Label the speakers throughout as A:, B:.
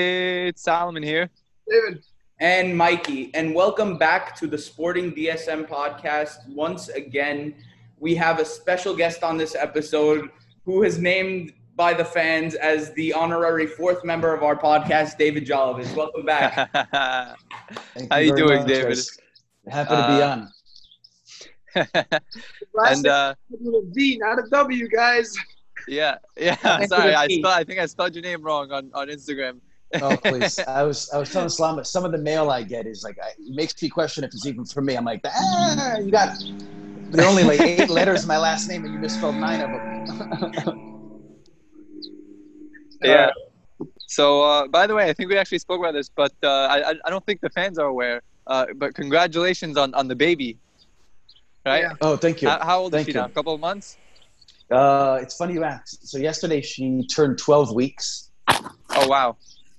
A: It's Solomon here.
B: David.
C: and Mikey, and welcome back to the Sporting DSM podcast. Once again, we have a special guest on this episode who is named by the fans as the honorary fourth member of our podcast, David Jolovich. Welcome back.
A: Happy
D: Thank
A: How you
D: very
A: doing,
D: much.
A: David?
D: It's- Happy to be
A: Uh,
D: on.
B: Last
A: and
B: name
A: uh,
B: is with a V, not a W, guys.
A: yeah, yeah.
C: Thank
A: Sorry,
C: you,
A: I
C: Keith.
A: spelled, I think I spelled your name wrong on, on Instagram.
D: Oh, please. I was I was telling Slama some of the mail I get is like I, it makes me question if it's even for me. I'm like, ah, you got there are only like eight letters in my last name, and you misspelled nine of them.
A: Yeah. So, uh, by the way, I think we actually spoke about this, but uh, I I- I don't think the fans are aware. Uh, but congratulations on, on the baby, right?
B: Yeah.
D: oh, thank you.
A: How, how old
D: Thank
A: is she
D: you.
A: now? A couple of months?
D: Uh, it's funny you asked. So yesterday she turned 12 weeks,
A: Oh wow,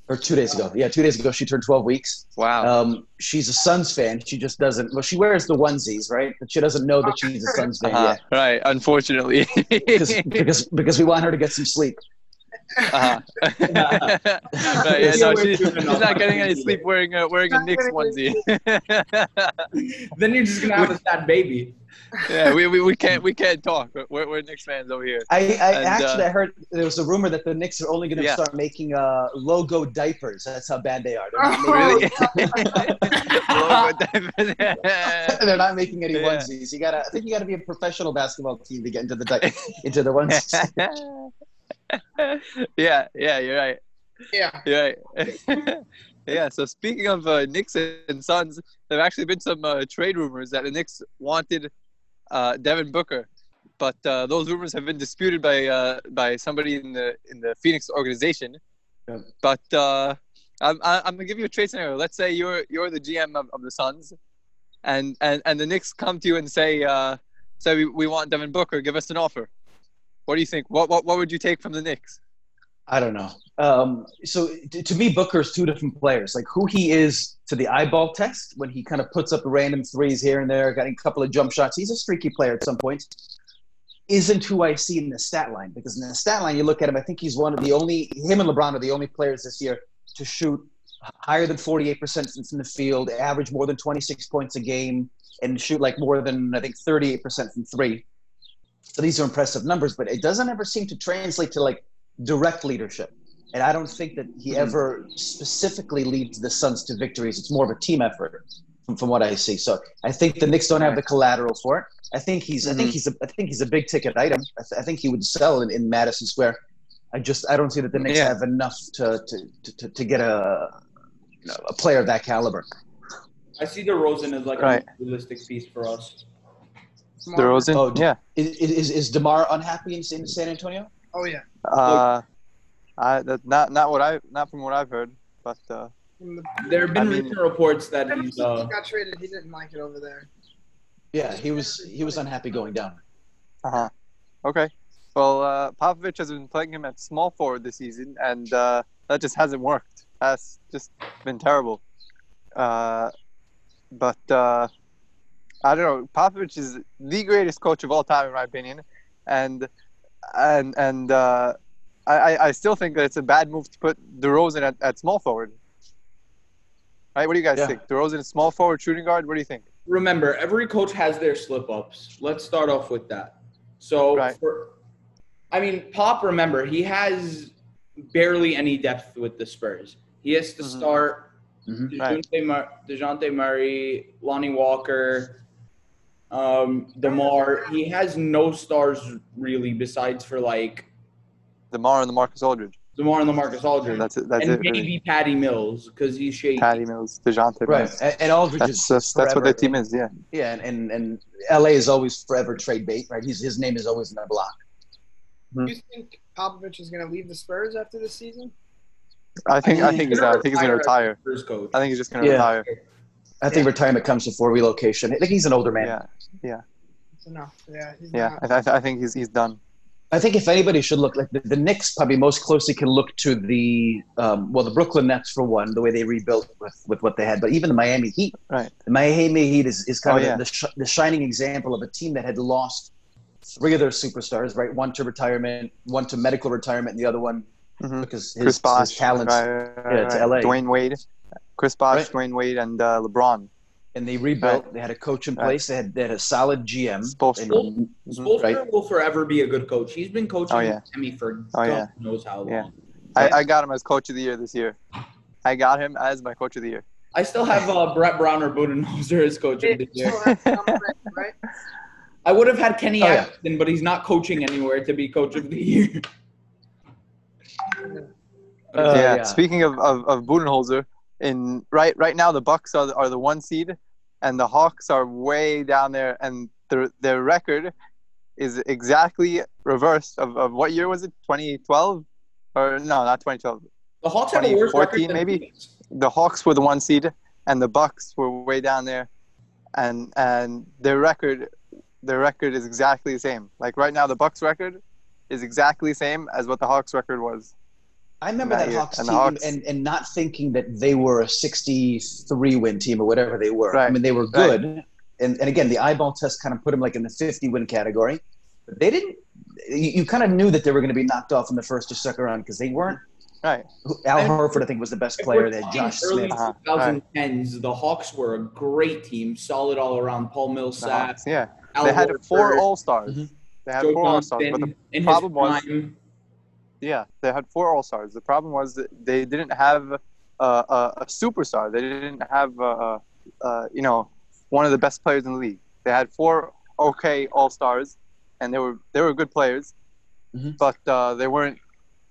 D: or two days ago. Yeah, two days ago she turned 12 weeks.
A: wow.
D: Um, she's a Suns fan. She just doesn't. Well, she wears the onesies, right? But she doesn't know that she's a Suns fan
A: Uh-huh.
D: yet.
A: Right, unfortunately.
D: Because, because because we want her to get some sleep.
A: Uh-huh. Right, yeah, no, she- she's not getting any sleep wearing a, wearing a
B: Not
A: Knicks onesie.
B: getting
C: then you're just gonna have a sad baby.
A: yeah, we, we, we can't we can't talk. We're, we're Knicks fans over here.
D: I, I
A: And, uh,
D: actually I heard there was a rumor that the Knicks are only going to
A: Yeah.
D: start making uh, logo diapers. That's how bad they are. They're not,
B: Oh.
A: Really? yeah,
D: making, they're not making any
A: Yeah.
D: onesies. You gotta, I think you gotta be a professional basketball team to get into the di- into the onesies.
A: yeah, you're right.
B: Yeah.
A: You're right. yeah. So speaking of uh, Knicks and Suns, there've actually been some uh, trade rumors that the Knicks wanted uh, Devin Booker, but uh, those rumors have been disputed by uh, by somebody in the in the Phoenix organization.
D: Yeah.
A: But uh, I'm I- I'm gonna give you a trade scenario. Let's say you're you're the GM of, of the Suns, and, and and the Knicks come to you and say uh, say we, we want Devin Booker. Give us an offer. What do you think? What what, what would you take from the Knicks?
D: I don't know. Um, so to, to me, Booker's two different players. Like who he is to the eyeball test when he kind of puts up random threes here and there, getting a couple of jump shots. He's a streaky player at some point. Isn't who I see in the stat line because in the stat line you look at him. I think he's one of the only him and LeBron are the only players this year to shoot higher than forty eight percent from the field, average more than twenty six points a game, and shoot like more than I think thirty eight percent from three. So these are impressive numbers, but it doesn't ever seem to translate to like direct leadership. And I don't think that he
A: Mhm.
D: ever specifically leads the Suns to victories. It's more of a team effort, from, from what I see. So I think the Knicks don't have the collateral for it. I think he's. I think he's. A, I think he's a big ticket item. I, th- I think he would sell in, in Madison Square. I just. I don't see that the Knicks
A: Yeah.
D: have enough to to, to- to, to get a a player of that caliber.
C: I see DeRozan as like
A: Right.
C: a realistic piece for us.
A: DeRozan.
D: Oh,
A: yeah.
D: Is is, is Demar unhappy in, in San Antonio?
B: Oh, yeah.
A: Uh, I, that, not not what I not from what I've heard, but uh,
B: From the-
C: There have
A: I
C: been
A: mean-
C: recent reports that
B: Ever
C: he's
B: since
C: uh,
B: he got traded, he didn't like it over there.
D: Yeah, he was he was unhappy going down.
A: uh-huh. okay. Well, uh, Popovich has been playing him at small forward this season, and uh, that just hasn't worked. That's just been terrible. Uh, but uh, I don't know. Popovich is the greatest coach of all time, in my opinion, and and and uh, I I- I still think that it's a bad move to put DeRozan at, at small forward. Right? What do you guys
D: Yeah.
A: think? DeRozan is small forward, shooting guard. What do you think?
C: remember every coach has their slip ups let's start off with that so
A: Right.
C: for, i mean pop remember he has barely any depth with the spurs he has to
A: Mhm.
C: start
D: Mhm.
C: DeJounte, Mur- DeJounte murray lonnie walker um demar he has no stars really besides for like
A: Demar and the Marcus Aldridge.
C: demar and the marcus aldridge
A: That's it. That's
C: and
A: it. really.
C: maybe patty mills because he's shaky
A: Patty Mills, Dejounte
D: Right,
A: Mills.
D: and, and Aldridge is
A: That's that's, that's what their
D: forever-
A: team is. Yeah.
D: Yeah, and, and and LA is always forever trade bait, right? He's, his name is always in the block.
B: Do you think Popovich is going to leave the Spurs after this season?
A: I think I think he's uh,
C: gonna
A: I think he's gonna retire.
C: Spurs coach.
A: I think he's just gonna
D: Yeah.
A: retire.
D: I think retirement comes before relocation. I think he's an older man.
A: Yeah.
B: So no. Yeah. He's
A: Yeah.
B: Not.
A: I, th- I think he's he's done.
D: I think if anybody should look, like the, the Knicks probably most closely can look to the um, well, the Brooklyn Nets for one, the way they rebuilt with, with what they had, but even the Miami Heat.
A: Right.
D: The Miami Heat is, is kind
A: Oh,
D: of the-
A: yeah.
D: the, sh- the shining example of a team that had lost three of their superstars, right? One to retirement, one to medical retirement, and the other one
A: Mhm.
D: because his,
A: Chris Bosh,
D: his talents
A: right, right,
D: yeah, to
A: right.
D: LA.
A: Dwayne Wade, Chris Bosh,
D: Right.
A: Dwayne Wade, and uh, LeBron.
D: and they rebuilt. They had a coach in
A: Right.
D: place. They had they had a solid GM.
A: Spoelstra.
D: Mm-hmm. And-
C: Spoelstra
D: Right.
C: will forever be a good coach. He's been coaching
A: Mm-hmm. Oh, yeah.
C: Miami for
A: Oh,
C: God
A: yeah.
C: knows how long.
A: Yeah. I, I got him as coach of the year this year. I got him as my coach of the year.
C: I still have uh, Brett Brown or Budenholzer as coach of the year.
B: Still have Tom Brady, right?
C: I would have had Kenny
D: Oh, yeah.
C: Atkinson, but he's not coaching anywhere to be coach of the year.
D: Uh,
A: yeah.
D: yeah.
A: Speaking of, of, of Budenholzer, in right right now the Bucks are the, are the one seed, and the Hawks are way down there, and their their record is exactly reversed of, of what year was it? 2012, or no, not 2012.
C: The Hawks have a worse
A: 2014
C: record than
A: maybe?
C: Phoenix.
A: The Hawks were the one seed, and the Bucks were way down there, and and their record their record is exactly the same. Like right now, the Bucks record is exactly the same as what the Hawks record was.
D: I remember
A: That
D: that
A: year.
D: Hawks
A: And the
D: team
A: Hawks-
D: and, and not thinking that they were a 63 win team or whatever they were. I
A: Right.
D: mean, they were
A: Right.
D: good. And, and again, the eyeball test kind of put them like in the 50 win category. But they didn't, you, you kind of knew that they were going to be knocked off in the first or second round because they weren't.
A: Right.
D: Al
C: And-
D: Horford, I think, was the best
C: If
D: player.
C: we're
D: They had
C: talking
D: Josh
C: early
D: Smith.
A: Uh-huh.
C: 2010s, the Hawks were a great team, solid all around. Paul
A: The
C: Millsap,
A: Hawks, yeah.
C: Al
A: Uh-huh. They had four
C: Horford,
A: All Stars.
D: Mhm.
A: They had
C: Joe
A: four All Stars, but the,
C: Johnson in his
A: problem was-
C: prime.
A: yeah, they had four All Stars. The problem was that they didn't have uh, a, a superstar. They didn't have uh, uh, you know one of the best players in the league. They had four okay All Stars, and they were they were good players,
D: Mhm.
A: but uh, they weren't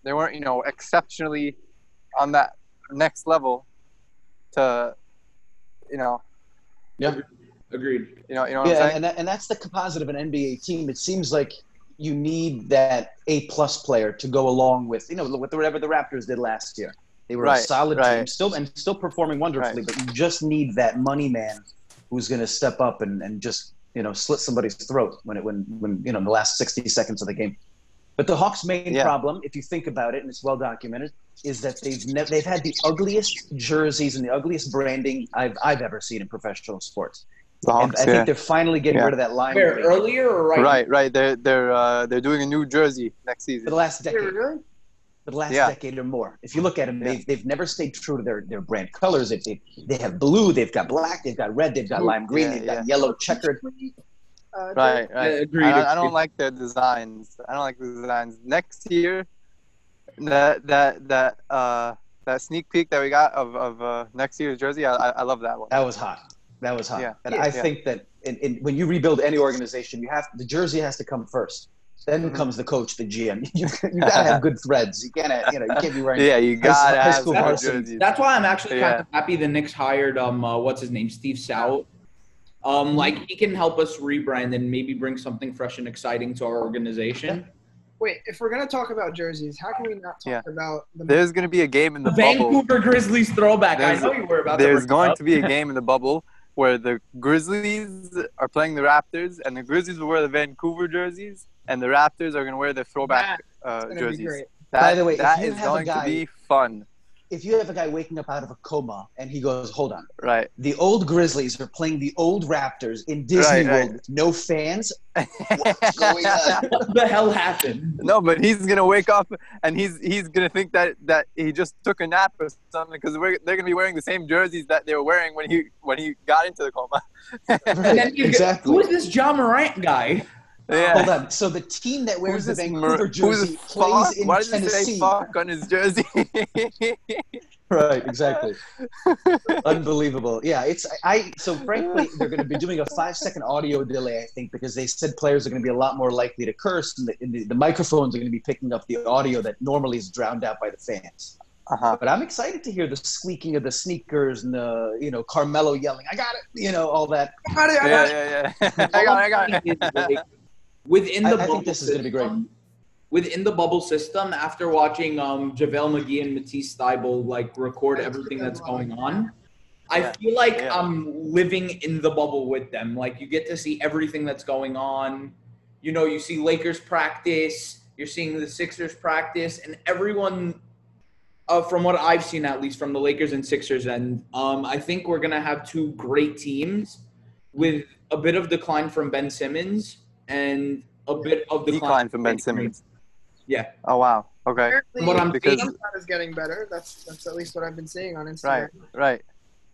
A: they weren't you know exceptionally on that next level to you know
C: Agreed.
A: you know you know what I'm
D: Yeah,
A: saying.
D: and, that, and that's the composite of an NBA team. It seems like you need that A plus player to go along with, you know, with whatever the Raptors did last year. They were a
A: Right,
D: solid team,
A: right.
D: still and still performing wonderfully,
A: Right.
D: but you just need that money man who's going to step up and, and just you know slit somebody's throat when it when when you know in the last sixty seconds of the game. But the Hawks' main
A: Yeah.
D: problem, if you think about it, and it's well documented, is that they've never they've had the ugliest jerseys and the ugliest branding I've I've ever seen in professional sports.
A: The
D: And I
A: Hawks,
D: think
A: yeah.
D: they're finally getting
A: Yeah.
D: rid of that lime
C: Where,
D: green
C: earlier or right?
A: Right, right. They're they're uh, they're doing a new jersey next
D: for
A: season.
D: the last
B: Yeah,
D: decade,
B: really?
D: for the last
A: Yeah.
D: decade or more. If you look at them,
A: Yeah.
D: they've, they've never stayed true to their, their brand colors. They, they, they have blue, they've got black, they've got red, they've got lime green,
A: Yeah,
D: they've got yellow checkered.
B: Uh,
A: Right,
C: Uh,
A: right. I,
C: agreed.
A: don't- I
C: agreed.
A: don't like their designs. I don't like the designs. Next year, that that that uh, that sneak peek that we got of, of uh, next year's jersey, I, I I love that one.
D: That was hot. That was hot.
A: Yeah.
D: And
B: Yeah.
D: I
A: Yeah.
D: think that in, in, when you rebuild any organization, you have the jersey has to come first. Then
A: Mhm.
D: comes the coach, the GM. You, you gotta have good threads. You gotta, you know, you can't be wearing.
A: Yeah, you gotta
D: high
A: have
D: school
A: some good
D: varsity.
A: jerseys.
C: That's why I'm actually kind
A: Yeah.
C: of happy the Knicks hired um uh, what's his name Steve Sout. Um, like he can help us rebrand and maybe bring something fresh and exciting to our organization.
B: Wait, if we're gonna talk about jerseys, how can we not talk
A: Yeah.
B: about the
A: There's gonna be a game in the
C: The
A: bubble.
C: Vancouver Grizzlies throwback.
A: There's-
C: I know you were about
A: There's
C: to. bring it
A: going
C: up.
A: to be a game in the bubble where the Grizzlies are playing the Raptors, and the Grizzlies will wear the Vancouver jerseys, and the Raptors are gonna wear their throwback uh,
B: It's gonna be
A: jerseys.
B: great.
A: That,
D: By the way, if
A: that
D: you
A: is
D: have a
A: going
D: guy-
A: to be fun.
D: If you have a guy waking up out of a coma and he goes, "Hold on,
A: Right.
D: the old Grizzlies are playing the old Raptors in Disney
A: Right, right.
D: World with no fans. What's going on?
C: What the hell happened?
A: No, but he's gonna wake up and he's he's gonna think that that he just took a nap or something because they're gonna be wearing the same jerseys that they were wearing when he when he got into the coma.
C: And then you get-
D: exactly.
C: Who is this John Morant guy?
D: Hold
A: Yeah.
D: on. So the team that wears the Vancouver
A: Mer- who's
D: jersey
A: this
D: plays
A: fuck?
D: in
A: Why does it say
D: Tennessee.
A: fuck on his jersey?
D: Right. Exactly. Unbelievable. Yeah. It's I. I- So frankly, they're going to be doing a five-second audio delay, I think, because they said players are going to be a lot more likely to curse, and the, and the, the microphones are going to be picking up the audio that normally is drowned out by the fans.
A: uh-huh.
D: But I'm excited to hear the squeaking of the sneakers and the you know Carmelo yelling, "I got it," you know, all that.
B: How did- how
A: Yeah,
B: did-
A: yeah, yeah. I got, it, I got. it.
C: Like, within the
D: I- I think
C: bubble
D: this is gonna be great.
C: system- Within the bubble system, after watching um, JaVale McGee and Matisse Thybulle like record everything that's going on, I
A: Yeah,
C: feel like
A: yeah.
C: I'm living in the bubble with them. Like you get to see everything that's going on. You know, you see Lakers practice, you're seeing the Sixers practice, and everyone uh, from what I've seen, at least from the Lakers and Sixers, and um, I think we're gonna have two great teams with a bit of decline from Ben Simmons and a bit of decline,
A: Decline from Ben Simmons.
C: Yeah.
A: Oh wow. Okay.
B: Apparently,
C: What I'm
A: Because-
B: Jalen Brown is getting better. That's that's at least what I've been seeing on Instagram.
A: Right. Right.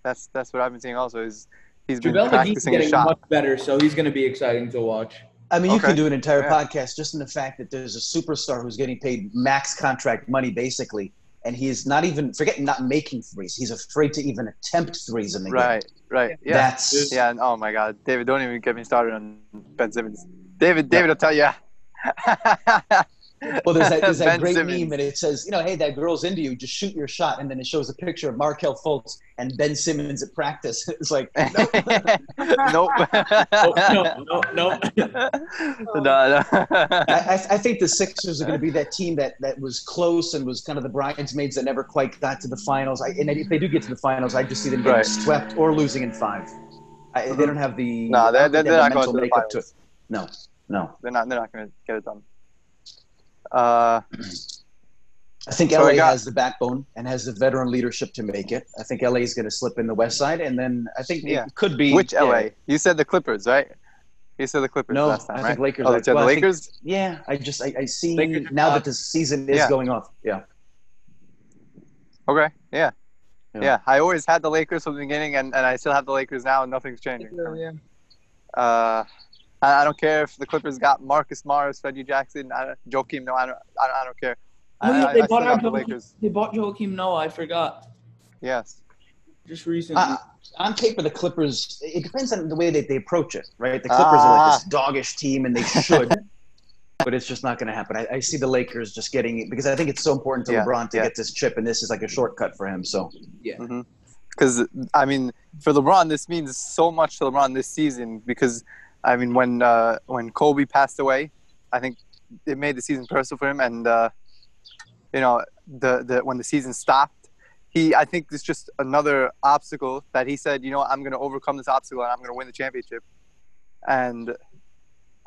A: That's that's what I've been seeing. Also, is he's been
C: JaVale McGee's
A: practicing his
C: getting
A: shot.
C: much better, so he's going to be exciting to watch.
D: I mean, you
A: Okay.
D: could do an entire
A: Yeah.
D: podcast just in the fact that there's a superstar who's getting paid max contract money, basically, and he is not even forget not making threes. He's afraid to even attempt threes in the game.
A: Right. Right. Yeah.
D: That's
A: Yeah, and oh my God, David, don't even get me started on Ben Simmons. David, David, will tell you.
D: well. There's that, there's that
A: Ben
D: great
A: Simmons.
D: meme, and it says, you know, hey, that girl's into you. Just shoot your shot, and then it shows a picture of Markel Fultz and Ben Simmons at practice. It's like, nope.
A: nope.
C: Oh, no, no, no.
A: no, no.
D: I, I, I think the Sixers are going to be that team that, that was close and was kind of the bridesmaids that never quite got to the finals. I, and if they do get to the finals, I just see them getting
A: Right.
D: swept or losing in five. I, they don't have the
A: No, they're-
D: I don't think
A: they're-
D: they
A: they're
D: have
A: not going
D: mental
A: to the
D: makeup to it. No, no.
A: They're not. They're not going to get it done. Uh,
D: I think
A: So
D: LA
A: I got-
D: has the backbone and has the veteran leadership to make it. I think LA is going to slip in the West Side, and then I think
A: Yeah.
D: it could be
A: which
D: yeah.
A: LA? You said the Clippers, right? You said the Clippers
D: No,
A: last time,
D: I
A: right?
D: think Lakers.
A: oh, you said
D: Well,
A: the
D: I think-
A: Lakers.
D: yeah, I just I, I see
A: Lakers are
D: now
A: not-
D: that the season is
A: Yeah.
D: going off. Yeah,
A: Okay. Yeah.
D: Yeah.
A: yeah. I always had the Lakers from the beginning, and, and I still have the Lakers now, and nothing's changing.
B: Yeah.
A: Uh, I, I don't care if the Clippers got Marcus Morris, Reggie Jackson, I, don't- Joakim. No, I don't. I, don't- I don't care. I,
C: Oh, yeah,
A: I,
C: they
A: I still
C: bought
A: got
C: out
A: the
C: Joakim.
A: Lakers.
C: They bought Joakim Noah. I forgot.
A: Yes.
C: Just recently.
A: Ah.
D: Uh, on paper, the Clippers. It depends on the way that they approach it, right? The
A: Ah.
D: Clippers are like this doggish team, and they should, but it's just not going to happen. I, I see the Lakers just getting it because I think it's so important to
A: Yeah,
D: LeBron to
A: yeah.
D: get this chip, and this is like a shortcut for him. So
A: because I mean, for LeBron, this means so much to LeBron this season. Because I mean, when uh, when Kobe passed away, I think it made the season personal for him. And uh, you know, the, the when the season stopped, he I think it's just another obstacle that he said, you know, I'm going to overcome this obstacle and I'm going to win the championship. And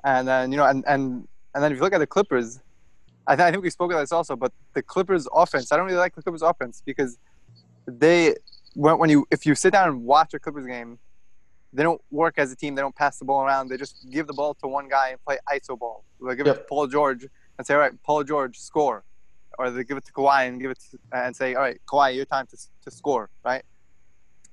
A: and then you know, and and and then if you look at the Clippers. I, th- I think we spoke about this also, but the Clippers' offense—I don't really like the Clippers' offense because they when, when you if you sit down and watch a Clippers game, they don't work as a team. They don't pass the ball around. They just give the ball to one guy and play ISO ball. They give it to
D: Yep.
A: Paul George and say, "All right, Paul George, score," or they give it to Kawhi and give it to, and say, "All right, Kawhi, your time to to score," right?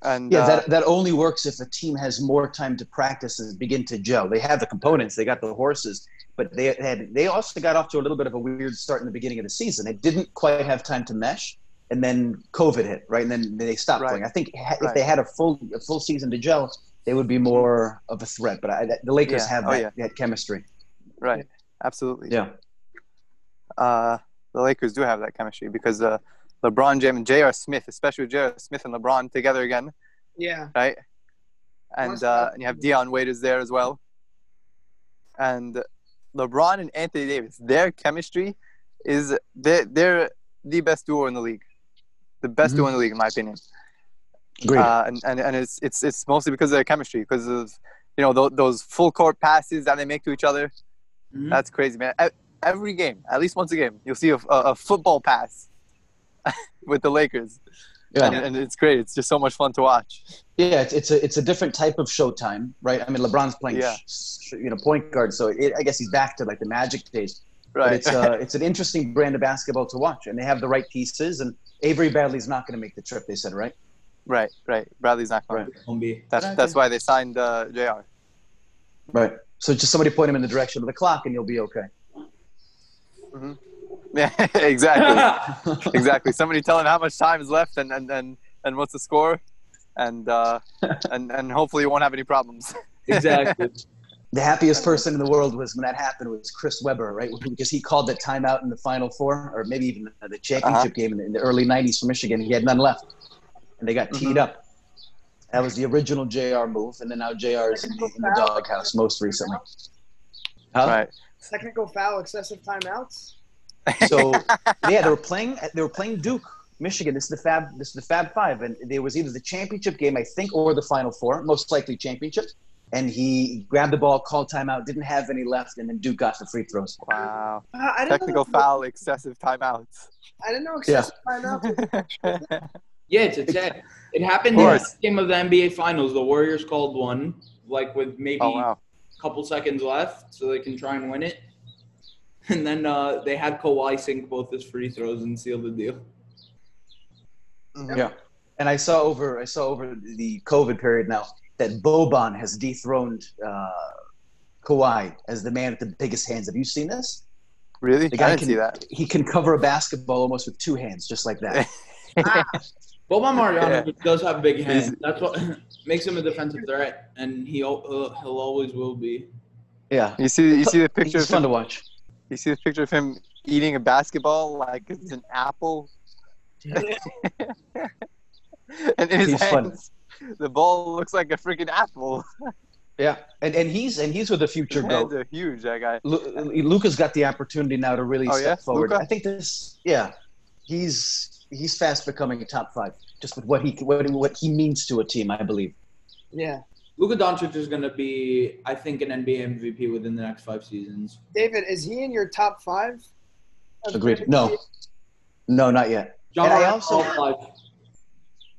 A: And
D: yeah,
A: uh,
D: that that only works if a team has more time to practice and begin to gel. They have the components, they got the horses, but they had they also got off to a little bit of a weird start in the beginning of the season. They didn't quite have time to mesh, and then COVID hit, right? And then they stopped
A: Right.
D: playing. I think ha- if
A: Right.
D: they had a full a full season to gel, they would be more of a threat. But I, the Lakers
A: Yeah.
D: have
A: Oh,
D: that,
A: yeah.
D: that chemistry.
A: right, absolutely.
D: Yeah,
A: uh, the Lakers do have that chemistry because uh, LeBron James and J.R. Smith, especially with J.R. Smith and LeBron together again,
B: Yeah.
A: right? And, uh, and you have Dion Waiters there as well. And LeBron and Anthony Davis, their chemistry is they're, they're the best duo in the league, the best
D: Mhm.
A: duo in the league, in my opinion.
D: agreed.
A: Uh, and, and and it's it's it's mostly because of their chemistry, because of you know th- those full court passes that they make to each other.
D: Mm-hmm.
C: Mhm.
A: That's crazy, man. E- Every game, at least once a game, you'll see a, a, a football pass with the Lakers,
D: yeah.
A: and, and it's great. It's just so much fun to watch.
D: Yeah, it's, it's a it's a different type of showtime, right? I mean, LeBron's playing,
A: Yeah.
D: sh- sh- you know, point guard, so it, I guess he's back to like the Magic days. But
A: Right?
D: it's uh, it's an interesting brand of basketball to watch, and they have the right pieces. And Avery Bradley's not going to make the trip. They said, right?
A: right, right. Bradley's not going.
C: Won't be.
A: That's that's why they signed uh, Jr.
D: Right. So just somebody point him in the direction of the clock, and you'll be okay.
A: Yeah, exactly, exactly. Somebody tell him how much time is left and and and, and what's the score, and uh, and and hopefully you won't have any problems.
C: exactly.
D: The happiest person in the world was when that happened was Chris Webber, right? Because he called that timeout in the Final Four, or maybe even the championship
A: Uh-huh.
D: game in the, in the early '90s for Michigan. He had none left, and they got teed
A: Mm-hmm.
D: up. That was the original JR move, and then now JR is in the, in the doghouse most recently. Huh?
A: Right.
B: Technical foul, excessive timeouts.
D: So yeah, they were playing. They were playing Duke, Michigan. This is the Fab. This is the Fab Five, and there was either the championship game, I think, or the Final Four, most likely championship. And he grabbed the ball, called timeout, didn't have any left, and then Duke got the free throws.
A: Wow.
B: Uh, I didn't
A: Technical
B: know that-
A: foul, excessive timeouts. Oh,
B: I didn't know excessive timeouts. was
C: Yeah, it's a tech. It happened
A: Of
C: in the
A: course.
C: game of the NBA Finals. The Warriors called one, like with maybe
A: oh wow.
C: a couple seconds left, so they can try and win it. And then uh, they had Kawhi sink both his free throws and seal the deal.
A: Mm-hmm.
D: Yeah. And I saw over I saw over the COVID period now that Boban has dethroned uh, Kawhi as the man with the biggest hands. Have you seen this?
A: Really? I
D: The guy
A: didn't
D: can-
A: see that.
D: He can cover a basketball almost with two hands, just like that.
C: Boban Marjanovic does have big
A: He's-
C: hands. That's what makes him a defensive threat, and he al- uh, he'll always will be.
D: Yeah.
A: You see, you see the picture.
D: It's
A: Of
D: fun
A: him,
D: to watch.
A: you see the picture of him eating a basketball like it's an apple, and in his
D: He's funny.
A: hands, the ball looks like a freaking apple.
D: Yeah. And and he's and he's with the future
A: His hands
D: goat.
A: are huge. That guy.
D: Luca's got the opportunity now to really
A: Oh,
D: step
A: yeah?
D: forward.
A: Luka?
D: I think this. Yeah. He's he's fast becoming a top five, just with what he what, what he means to a team. I believe.
B: Yeah.
C: Luka Doncic is going to be, I think, an NBA MVP within the next five seasons.
B: David, is he in your top five? of
D: Agreed.
B: MVP?
D: No. No, not yet.
C: John
D: And I
C: Morant's
D: also-
C: top five.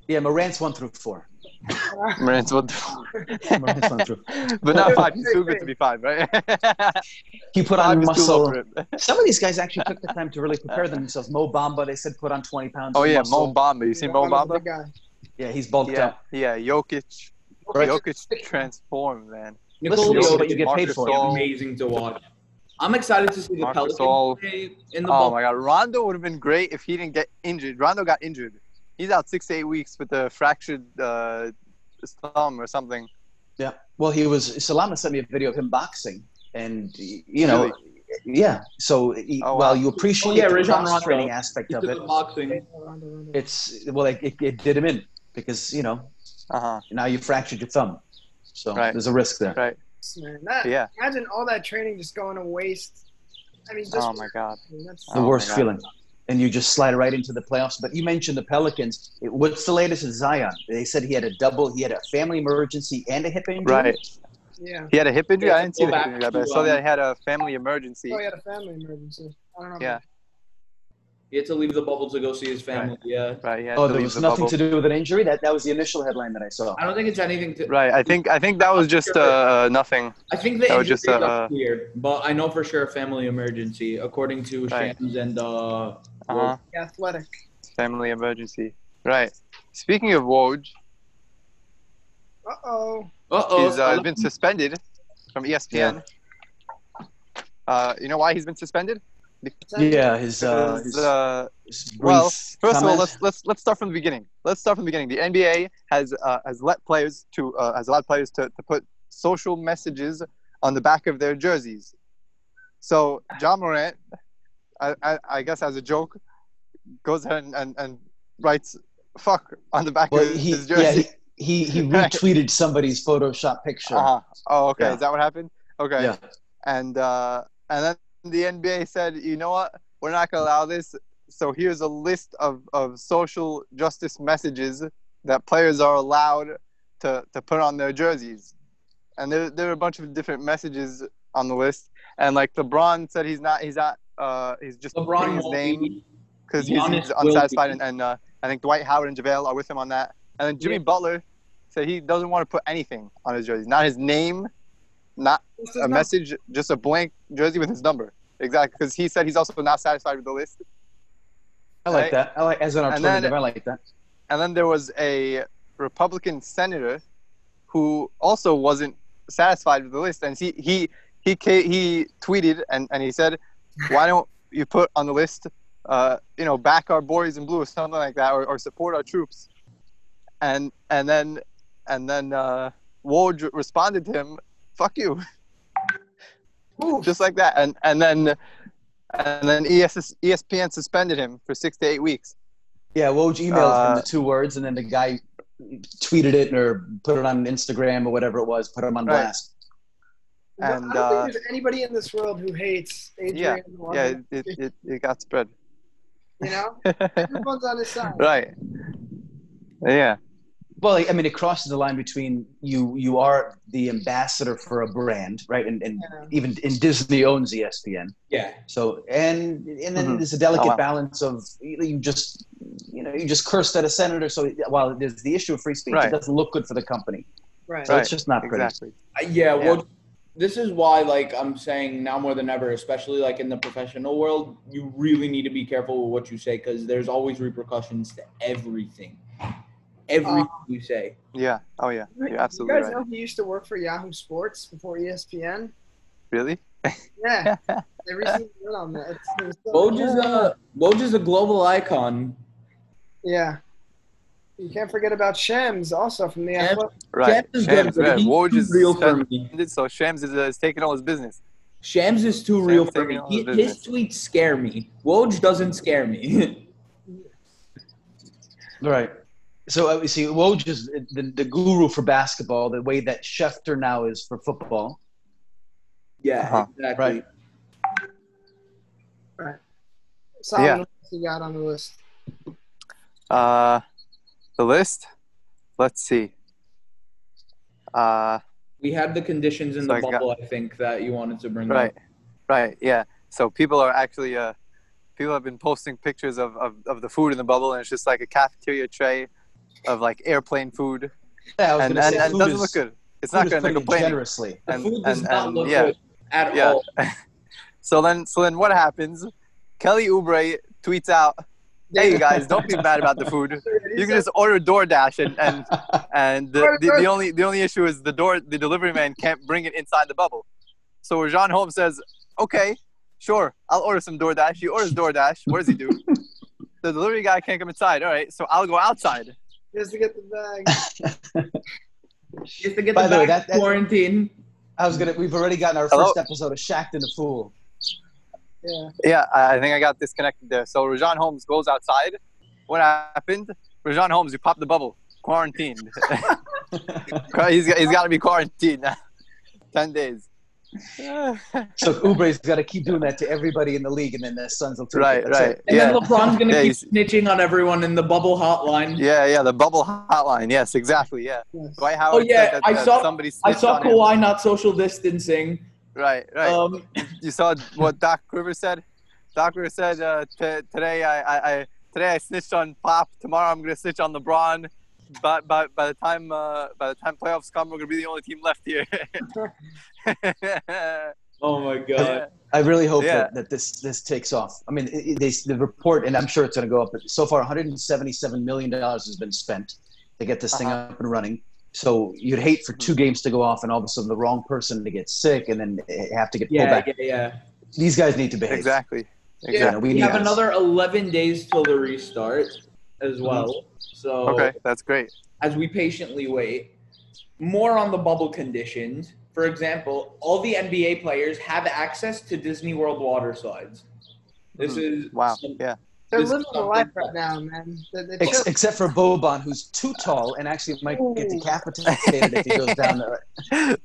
D: Yeah, Morant's one through four.
A: Morant's what the-
D: Morant's one through.
A: but not five. He's too good to be five, right?
D: He put
A: Five
D: on
A: is too low
D: muscle.
A: for him.
D: Some of these guys actually took the time to really prepare themselves. Mo Bamba, they said, put on 20 pounds.
A: Oh
D: of
A: yeah,
D: muscle.
A: Mo Bamba. You see Mo
B: Obama's the
A: Bamba?
B: guy.
D: Yeah, he's bulked
A: Yeah,
D: up.
A: yeah. Jokic.
D: Right.
A: Jokic transformed, man.
C: Nikola
D: Listen,
A: Jokic,
D: but
C: Jokic
D: you get paid
A: Marc
D: for
C: is
A: Gasol.
C: amazing to watch. I'm excited to see the
A: Marc
C: Pelicans
A: Gasol.
C: play in the
A: Oh
C: ball.
A: my God, Rondo would have been great if he didn't get injured. Rondo got injured. He's out six to eight weeks with a fractured uh, thumb or something.
D: Yeah. Well, he was. Salama sent me a video of him boxing, and you know,
A: Really?
D: yeah. So he,
A: Oh, wow.
D: while you appreciate
C: Oh, yeah,
D: the
C: Rajon Rondo.
D: cross training aspect
C: He
D: of
C: took
D: it,
C: the boxing.
B: Rondo, Rondo.
D: it's well, it, it, it did him in because you know
A: Uh huh.
D: now you fractured your thumb, so
A: Right.
D: there's a risk there.
A: Right.
B: Man, that,
A: Yeah.
B: Imagine all that training just going to waste. I mean, just
A: Oh my God.
B: I mean, that's
D: The
A: Oh,
D: worst
A: my God.
D: feeling. And you just slide right into the playoffs. But you mentioned the Pelicans. It- What's the latest in Zion? They said he had a double. He had a family emergency and a hip injury.
A: Right.
B: yeah.
A: He had a hip injury.
C: Yeah,
A: I didn't see
C: go
A: the hip
C: back
A: injury, but I
C: to,
A: saw that
C: um,
A: he had a family emergency.
B: Oh, he had a family emergency. I don't know.
A: Yeah.
C: He had to leave the bubble to go see his family. Yeah.
A: Right. Yeah.
D: Oh, there was nothing to do with an injury. That that was the initial headline that I saw.
C: I don't think it's anything to.
A: Right. I think. I think that was just uh, nothing.
C: I think the
A: That
C: injury
A: was just,
C: is
A: uh,
C: clear, but I know for sure a family emergency, according to
A: Right.
C: Shams and uh,
A: Uh huh.
B: Yeah, athletic.
A: Family emergency. Right. Speaking of Woj,
B: Uh oh.
C: Uh-oh.
A: he's uh, been suspended from E ESPN. Uh, you know why he's been suspended?
D: Yeah, his, uh,
A: Because,
D: his,
A: uh,
D: his brief
A: well, First of all,
D: comment.
A: let's let's let's start from the beginning. Let's start from the beginning. The NBA has uh, has let players to uh, has allowed players to, to put social messages on the back of their jerseys. So John Morant, I, I, I guess as a joke, goes ahead and, and, and writes "fuck" on the back
D: Well,
A: of
D: he,
A: his
D: yeah,
A: jersey.
D: he, he, he
A: Right.
D: retweeted somebody's Photoshop picture.
A: uh-huh. Oh, okay.
D: Yeah.
A: Is that what happened? Okay.
D: Yeah.
A: and uh, and then the NBA said, you know what, we're not gonna allow this. So here's a list of, of social justice messages that players are allowed to, to put on their jerseys, and there there are a bunch of different messages on the list. And like LeBron said, he's not he's not uh, he's just putting
C: LeBron
A: his
C: won't
A: name
C: be-
A: because he's,
C: Giannis
A: he's
C: will
A: unsatisfied,
C: be-
A: and, and uh, I think Dwight Howard and JaVale are with him on that. And then Jimmy
B: Yeah.
A: Butler said he doesn't want to put anything on his jersey, not his name, not
B: This is
A: a
B: not-
A: message, just a blank jersey with his number. Exactly, because he said he's also not satisfied with the list.
D: I like
A: Right.
D: that. I like, as an
A: And
D: alternative,
A: then-
D: I like that.
A: And then there was a Republican senator who also wasn't satisfied with the list, and he he he ca- he tweeted and, and he said, "Why don't you put on the list, uh, you know, back our boys in blue or something like that, or, or support our troops?" And and then and then uh, Woj responded to him, "Fuck you."
B: Oof.
A: just like that. And and then and then E ES, ESPN suspended him for six to eight weeks.
D: Yeah, Woj emailed him
A: Uh,
D: the two words, and then the guy tweeted it or put it on Instagram or whatever it was, put him on
A: Right.
D: blast.
A: and,
B: I don't
A: uh,
B: think there's anybody in this world who hates Adrian. Wojnarowski,
A: Yeah, it, it, it, it got spread.
B: You know, everyone's on his side.
A: right. Yeah.
D: Well, I mean, it crosses the line between you you are the ambassador for a brand, right? And, and
B: Yeah.
D: even and Disney owns E ESPN.
C: Yeah.
D: So and and then
A: Mhm.
D: there's a delicate
A: Oh, wow.
D: balance of you know, you just you know you just cursed at a senator. So while there's the issue of free speech,
A: Right.
D: it doesn't look good for the company.
B: Right.
D: So
A: Right.
D: it's just not pretty.
A: Exactly.
C: Uh, Yeah,
A: Yeah.
C: Woj this is why like I'm saying now more than ever, especially like in the professional world, you really need to be careful with what you say because there's always repercussions to everything. Everything you say.
A: Yeah. Oh yeah. You're absolutely
B: you guys
A: right.
B: know he used to work for Yahoo Sports before E ESPN.
A: Really?
B: Yeah, they recently went on that. It's- it was so-
C: Woj is a Woj is a global icon.
B: Yeah. You can't forget about Shams also from the
C: Shams.
B: Athletic.
A: Right.
C: Shams is
A: Shams,
C: good, but
A: right.
C: he's
A: Woj
C: too
A: is
C: real for me.
A: so Shams is, uh, is taking all his business.
C: Shams is too
A: Shams
C: real for
A: taking
C: me.
A: all
C: He,
A: the
C: his tweets scare me. Woj doesn't scare me.
D: Right. So uh, you see, Woj is the, the guru for basketball, the way that Schefter now is for football.
C: yeah,
A: Uh-huh.
C: exactly.
D: Right.
B: Solomon,
A: Yeah.
B: what else you got on the list?
A: Uh, the list. Let's see. Uh,
C: We had the conditions in
A: So
C: the
A: I got-
C: bubble, I think, that you wanted to bring
A: right.
C: up.
A: Right. Yeah. So people are actually uh, people have been posting pictures of, of, of the food in the bubble, and it's just like a cafeteria tray of like airplane food,
D: Yeah, I was
A: and,
D: gonna
A: and,
D: say,
A: and it
D: food
A: doesn't
D: is-
A: look good. It's
D: food
A: not
D: is
A: good. They're
D: pretty
A: complaining.
D: generously.
C: The
A: And-
C: food does
A: and-
C: not
A: and,
C: look
A: yeah.
C: good at
A: Yeah.
C: all.
A: So then, so then, what happens? Kelly Oubre tweets out, "Hey you guys, don't be mad about the food. You can just order DoorDash, and and and the, the, the only the only issue is the door the delivery man can't bring it inside the bubble." So Rajan Holmes says, "Okay, sure, I'll order some DoorDash." He orders DoorDash. What does he do? the delivery guy can't come inside. All right, so I'll go outside.
B: Just to get the bag.
C: Just to get
D: By
C: the
D: the way,
C: back
D: that- that-
C: quarantine.
D: I was gonna. We've already gotten our
A: Hello?
D: first episode of Shacked and the Fool.
B: Yeah.
A: Yeah, I I think I got disconnected there. So Rajan Holmes goes outside. What happened? Rajan Holmes, you popped the bubble. Quarantined. he's, he's got to be quarantined now. 10 days.
D: So Ubre's got to keep doing that to everybody in the league, and then their sons will take
A: right,
D: it. That's
A: right.
D: it.
C: And
A: Yeah.
C: then LeBron's gonna
A: Yeah,
C: keep
A: he's-
C: snitching on everyone in the bubble hotline.
A: Yeah, yeah, the bubble hotline. Yes, exactly. Yeah.
B: Yes.
A: Dwight Howard
C: Oh, yeah,
A: said that,
C: I
A: that
C: saw-
A: somebody
C: I
A: snitched
C: saw
A: on him.
C: Kawhi not social distancing.
A: Right, right.
C: Um,
A: you saw what Doc Rivers said? Doc Rivers said uh, t- today I, I, I today I snitched on Pop. Tomorrow I'm gonna snitch on LeBron. But by, by the time uh, by the time playoffs come, we're gonna be the only team left here.
C: oh my god.
D: I really hope
A: Yeah.
D: that, that this this takes off. I mean, it, it- they, the report, and I'm sure it's going to go up. But so far, 177 million dollars has been spent to get this thing
A: Uh-huh.
D: up and running. So you'd hate for two games to go off, and all of a sudden the wrong person to get sick, and then eh, have to get pulled
C: Yeah,
D: back.
C: yeah, yeah.
D: These guys need to behave.
A: exactly.
B: Yeah.
D: You
A: Exactly.
D: know, we
C: We
D: need
C: have
D: guys.
C: another 11 days till the restart as well. So
A: Mm-hmm. Okay, that's great.
C: as we patiently wait, more on the bubble conditions. For example, all the NBA players have access to Disney World water slides. This is
A: Hmm. Wow.
C: some-
A: Yeah.
B: They're
C: This is
B: living the
C: something
B: life
C: that-
B: right now, man. They're, they're
D: Ex-
B: chill.
D: except for Boban, who's too tall and actually might get
B: Ooh.
D: decapitated if he goes down there.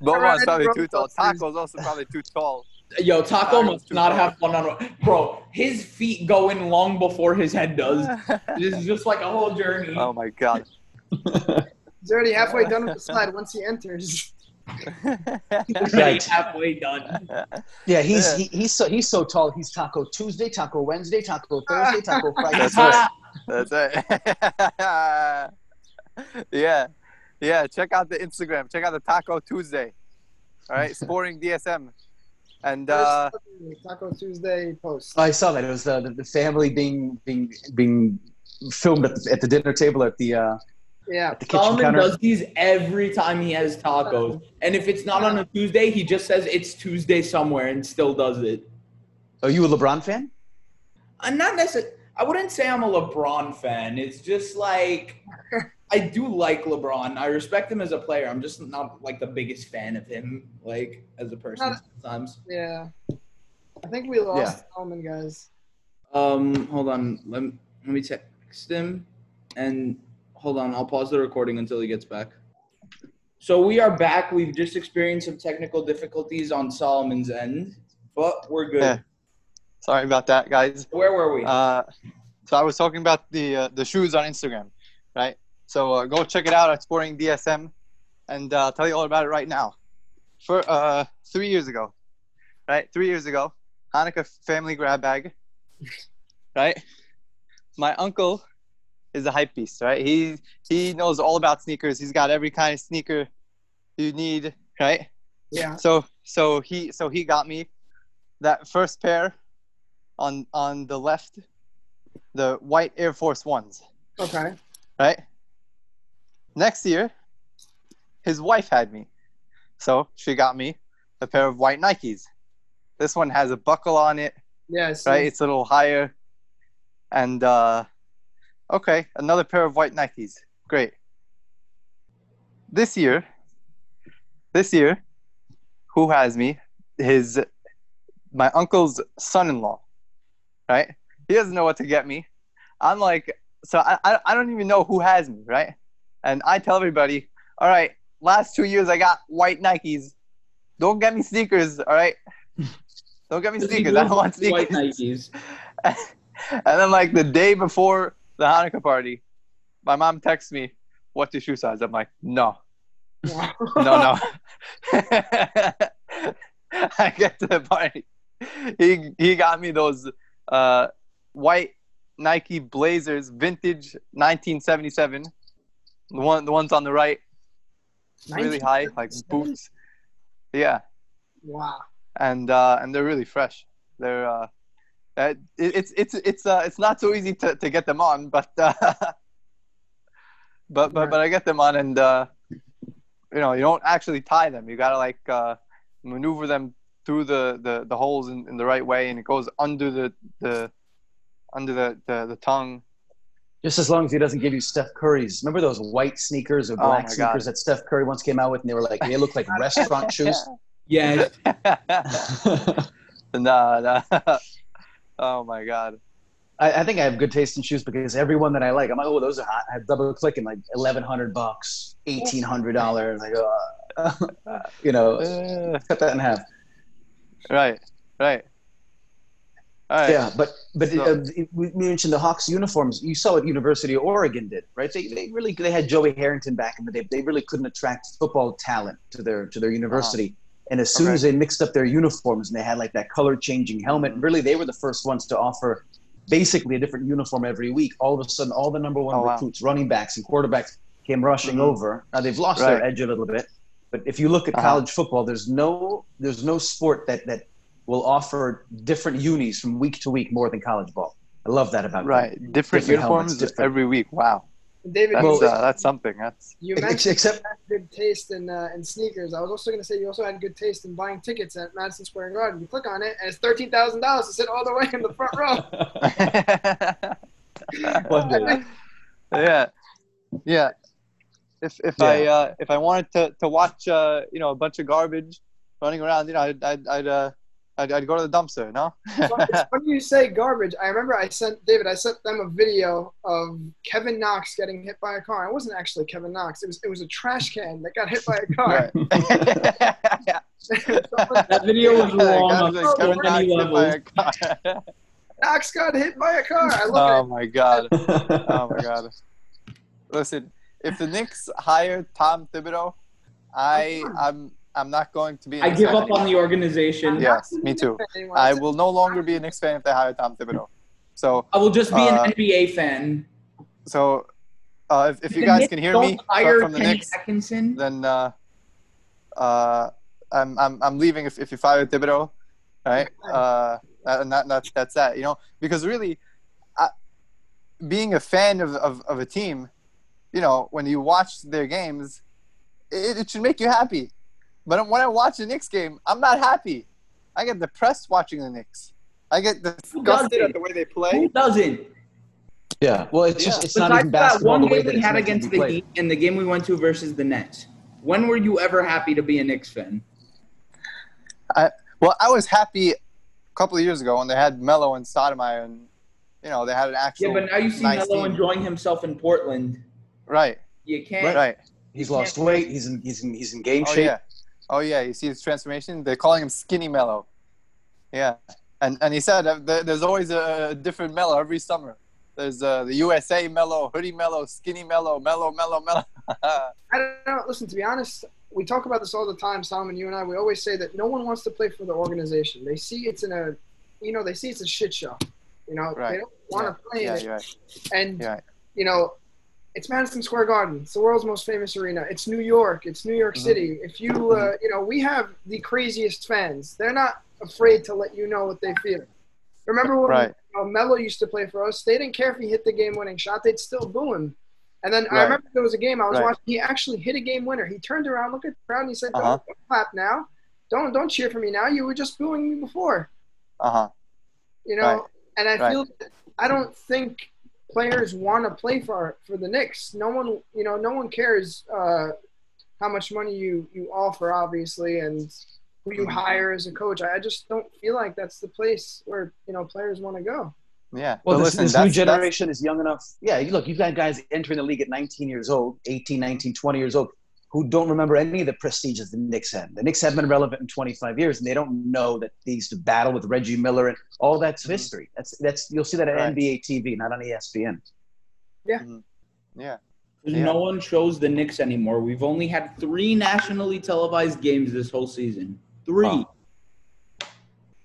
A: Boban's probably too tall.
B: Broncos.
A: Taco's also probably too tall.
C: Yo, Taco
A: Sorry, it's
C: must
A: too
C: not
A: far.
C: have fun on one. Bro, his feet go in long before his head does. This is just like a whole journey.
A: oh my god.
B: He's already halfway done with the slide once he enters.
C: It's already
D: Right.
C: halfway done.
D: Yeah, he's
A: Yeah.
D: He, he's so he's so tall. He's Taco Tuesday, Taco Wednesday, Taco Thursday, Taco Friday.
A: That's right. That's right. yeah. Yeah. Check out the Instagram. Check out the Taco Tuesday. All right. Sporting DSM. And uh,
B: Taco Tuesday post.
D: I saw that it was uh, the, the family being being being filmed at the, at the dinner table at the uh,
B: Yeah.
D: at the kitchen
C: Solomon
D: counter.
C: does these every time he has tacos. And if it's not on a Tuesday, he just says it's Tuesday somewhere and still does it.
D: Are you a LeBron fan?
C: I'm Uh, not necessarily. I wouldn't say I'm a LeBron fan. It's just like I do like LeBron. I respect him as a player. I'm just not like the biggest fan of him, like as a person
B: Not-
C: sometimes.
B: Yeah. I think we lost Solomon, guys.
C: Um, hold on. Let me, let me text him, and hold on. I'll pause the recording until he gets back. So we are back. We've just experienced some technical difficulties on Solomon's end, but we're good.
A: Yeah. sorry about that, guys.
C: Where were we?
A: Uh, so I was talking about the uh, the shoes on Instagram, right? So uh, go check it out at Sporting DSM, and uh, I'll tell you all about it right now. For uh, three years ago, right? Three years ago, Hanukkah family grab bag, right? My uncle is a hype beast, right? He he knows all about sneakers. He's got every kind of sneaker you need, right?
B: Yeah.
A: So So he so he got me that first pair on on the left, the white Air Force Ones,
B: Okay.
A: right? Next year, his wife had me, so she got me a pair of white Nikes. This one has a buckle on it,
B: Yes.
A: right? It's a little higher, and uh, okay, another pair of white Nikes. Great. This year, this year, who has me? His my uncle's son-in-law, right? He doesn't know what to get me. I'm like, so I I, I don't even know who has me, right? And I tell everybody, all right, last two years I got white Nikes. Don't get me sneakers, all right? Don't get me sneakers. I don't want sneakers
C: White Nikes.
A: and then like the day before the Hanukkah party, my mom texts me, "What's your shoe size?" I'm like, "No,
B: no,
A: no, no." I get to the party. He he got me those uh, white Nike Blazers, vintage 1977. The one the ones on the right, really high, like boots. Yeah,
B: Wow.
A: and uh, and they're really fresh. They're uh, uh, it, it's it's it's uh, it's not so easy to, to get them on, but uh, but but but I get them on, and uh, you know you don't actually tie them. You gotta like uh, maneuver them through the, the, the holes in, in the right way, and it goes under the the under the, the, the tongue.
D: Just as long as he doesn't give you Steph Curry's. Remember those white sneakers or
A: Oh
D: black
A: my God.
D: sneakers that Steph Curry once came out with, and they were like they look like restaurant shoes.
C: Yes.
A: nah, nah. uh, oh my god.
D: I, I think I have good taste in shoes because everyone that I like, I'm like, oh, those are hot. I double click and like eleven hundred bucks, eighteen hundred dollar, like, uh, you know,
A: Uh,
D: cut that in half.
A: right, right. All right.
D: Yeah, but but
A: So-
D: uh, we we mentioned the Hawks uniforms. You saw what University of Oregon did, right? They, they really they had Joey Harrington back in the day. but They really couldn't attract football talent to their to their university. And as soon
A: Uh-huh. Okay.
D: as they mixed up their uniforms and they had like that color changing helmet, really they were the first ones to offer basically a different uniform every week. All of a sudden, all the number one
A: Oh, wow.
D: recruits, running backs, and quarterbacks came rushing
A: Mhm.
D: over. Now they've lost their
A: Right.
D: edge a little bit, but if you look at
A: Uh-huh.
D: college football, there's no there's no sport that that will offer different unis from week to week more than college ball. I love that about
A: Right, different,
D: Different
A: uniforms
D: helmets, different-
A: every week. Wow,
B: David,
A: that's,
B: you,
A: uh, that's something. That's
B: you
D: it. Ex-
B: mentioned
D: Except
B: good taste in uh, in sneakers. I was also going to say you also had good taste in buying tickets at Madison Square Garden. You click on it, and it's thirteen thousand dollars to sit all the way in the front row.
D: one day.
A: yeah, yeah. If if I uh, if I wanted to to watch uh, you know a bunch of garbage running around, you know, I'd I'd I'd, uh, I'd, I'd go to the dumpster. No.
B: So it's funny you say garbage. I remember I sent David. I sent them a video of Kevin Knox getting hit by a car. It wasn't actually Kevin Knox. It was it was a trash can that got hit by a car.
A: Right.
B: Someone-
C: That video was wrong
A: Guys
C: on
A: like
B: so
A: Kevin Knox
C: many
A: hit by
C: levels.
A: a car.
B: Knox got hit by a car. I look
A: oh
B: at
A: my god. oh my god. Listen, if the Knicks hire Tom Thibodeau, I I'm I'm not going to be. an
C: I
A: Knicks
C: give
A: fan
C: up on the organization.
B: I'm
A: Yeah.
B: not
A: Yes, me too.
B: anymore.
A: I will no longer be a Knicks fan if they hire Tom Thibodeau. So
C: I will just be
A: Uh,
C: an NBA fan.
A: so uh, if, if you
C: The
A: guys
C: Knicks
A: can hear
C: don't
A: me uh,
C: hire
A: from, from the
C: Kenny
A: Knicks,
C: Atkinson.
A: then uh, uh, I'm, I'm I'm leaving if, if you fire Thibodeau, right? Uh, and that, that's that's that. You know, because really, I, being a fan of, of, of a team, you know, when you watch their games, it, it should make you happy. But when I watch the Knicks game, I'm not happy. I get depressed watching the Knicks. I get disgusted at the way they play.
C: Who doesn't?
D: Yeah. Well, it's just
A: Yeah.
D: it's not even basketball.
C: that
D: the
C: one
D: way
C: game
D: that
C: we
D: it's
C: had
D: meant to
C: against
D: be
C: the
D: played.
C: Heat and the game we went to versus the Nets. When were you ever happy to be a Knicks fan?
A: Well, I was happy a couple of years ago when they had Melo and Sotomayor, and you know they had an actual
C: Yeah, but now you see
A: nice
C: Melo
A: team.
C: enjoying himself in Portland.
A: right,
C: You can't.
A: right.
C: E.
D: He's lost weight. He's in he's in he's in game
A: Oh
D: shape.
A: yeah, oh yeah. You see his transformation. They're calling him Skinny Mellow. Yeah, and and he said uh, there- there's always a different Mellow every summer. There's uh, the USA Mellow, Hoodie Mellow, Skinny Mellow, Mellow Mellow Mellow.
B: I don't know. Listen, to be honest, we talk about this all the time, Solomon. You and I, we always say that no one wants to play for the organization. They see it's in a, you know, they see it's a shit show. You know,
A: Right.
B: they don't want to play in
A: yeah,
B: it.
A: you're right.
B: And
A: Yeah.
B: you know, it's Madison Square Garden. It's the world's most famous arena. It's New York. It's New York
A: Mhm.
B: City. If you,
A: Mm-hmm.
B: uh, you know, we have the craziest fans. They're not afraid to let you know what they feel. Remember when
A: Right.
B: you know, Melo used to play for us? They didn't care if he hit the game-winning shot; they'd still boo him. And then I
A: Right.
B: remember there was a game I was
A: Right.
B: watching. He actually hit a game winner. He turned around, looked at the crowd, and he said, "Don't
A: Uh-huh.
B: don't clap now. Don't don't cheer for me now. You were just booing me before."
A: Uh huh.
B: you know.
A: Right.
B: And I
A: Right.
B: feel I don't think players want to play for for the Knicks. No one, you know, no one cares uh, how much money you you offer, obviously, and who you
A: Mhm.
B: hire as a coach. I I just don't feel like that's the place where you know players want to go.
A: Yeah. But
D: Well,
A: listen,
D: this, this new
A: that's- that's-
D: generation is young enough. Yeah, you- look, you've got guys entering the league at 19 years old, 18, 19, 20 years old, who don't remember any of the prestiges the Knicks had. The Knicks have been relevant in 25 years, and they don't know that they used to battle with Reggie Miller and all that's
A: Mhm.
D: history. That's that's you'll see that on
A: Right.
D: NBA TV, not on E ESPN.
A: yeah. Yeah.
C: No one shows the Knicks anymore. We've only had three nationally televised games this whole season. Three.
D: Wow.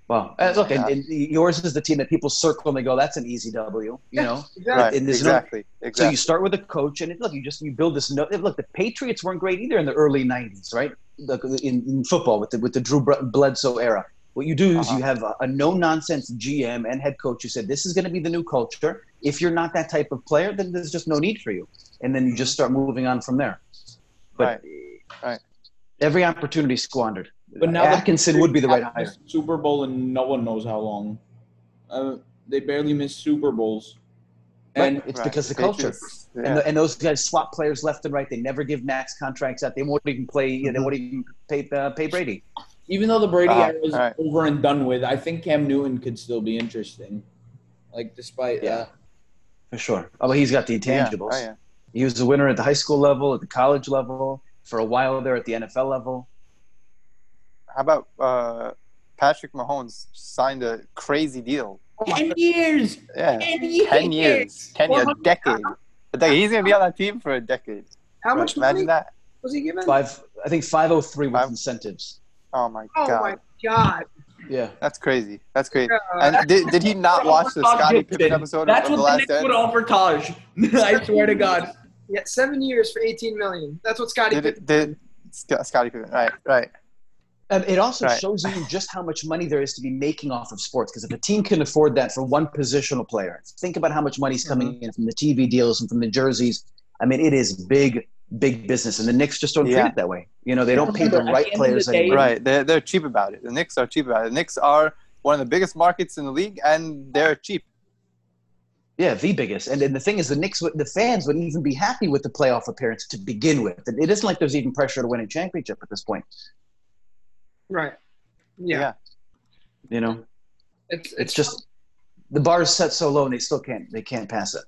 D: Well, uh, look, and,
A: Yeah.
D: and yours is the team that people circle and they go, "That's an easy W," you know.
B: Exactly.
A: Right.
D: and there's no-
A: Exactly.
D: So you
A: Exactly.
D: start with a coach, and it, look, you just you build this. No, look, the Patriots weren't great either in the early '90s, right? Look, in, in football with the with the Drew Br- Bledsoe era. What you do is
A: Uh-huh.
D: you have a, a no nonsense GM and head coach who said this is going to be the new culture. If you're not that type of player, then there's just no need for you, and then you just start moving on from there. But
A: Right.
D: every opportunity squandered.
C: But now the
D: Atkinson would be the right
C: Patriots
D: hire.
C: missed Super Bowl and no one knows how long. Uh, they barely missed Super Bowls. And
D: Right? It's
A: Right.
D: because the culture.
A: Patriots,
D: And,
A: yeah.
D: the, and those guys swap players left and right. They never give max contracts out. They won't even play. You
A: Mm-hmm.
D: know, they won't even pay uh, pay Brady.
C: even though the Brady
A: Ah,
C: era is
A: alright.
C: over and done with, I think Cam Newton could still be interesting. Like despite
D: Yeah.
C: that.
D: For sure. Oh, but he's got the
A: Yeah.
D: intangibles.
A: Oh, yeah.
D: He was a winner at the high school level, at the college level, for a while there at the NFL level.
A: How about uh, Patrick Mahomes signed a crazy deal?
C: uh, Ten years.
A: Yeah.
C: Ten years.
A: Ten years. Ten years.
C: Well,
A: Decade. A decade. He's gonna be on that team for a decade.
B: How much money
A: Imagine that.
B: was he given?
D: Five, I think 503 with
A: Mm. Five-
D: incentives.
A: Oh my
B: Oh
A: god.
B: my god!
D: Yeah.
A: That's crazy. That's crazy.
B: Uh,
A: And did, did he not watch the
C: Taj
A: Scotty
C: Gibson.
A: Pippen episode
C: That's
A: of The
C: what the
A: Last
C: Knicks
A: Dance?
C: would offer Taj. I swear to God.
B: yeah, seven years for 18 million. That's what Scotty.
A: Did it? Did Sc- Scotty Pippen? Right. Right.
D: Um, it also
A: Right.
D: shows you just how much money there is to be making off of sports. Because if a team can afford that for one positional player, think about how much money's coming
A: Mm-hmm.
D: in from the TV deals and from the jerseys. I mean, it is big, big business. And the Knicks just don't treat
A: Yeah.
D: it that way. You know, they don't pay the
C: Remember, at
D: right
C: the end of
D: players
C: the day-
D: anymore.
A: Right. They're, they're cheap about it. The Knicks are cheap about it. The Knicks are one of the biggest markets in the league, and they're cheap.
D: Yeah, the biggest. And, and the thing is, the Knicks, would- the fans wouldn't even be happy with the playoff appearance to begin with. It it isn't like there's even pressure to win a championship at this point.
B: right. Yeah.
A: Yeah.
D: You know,
B: It's, it's
D: it's just the bar is set so low, and they still can't they can't pass it.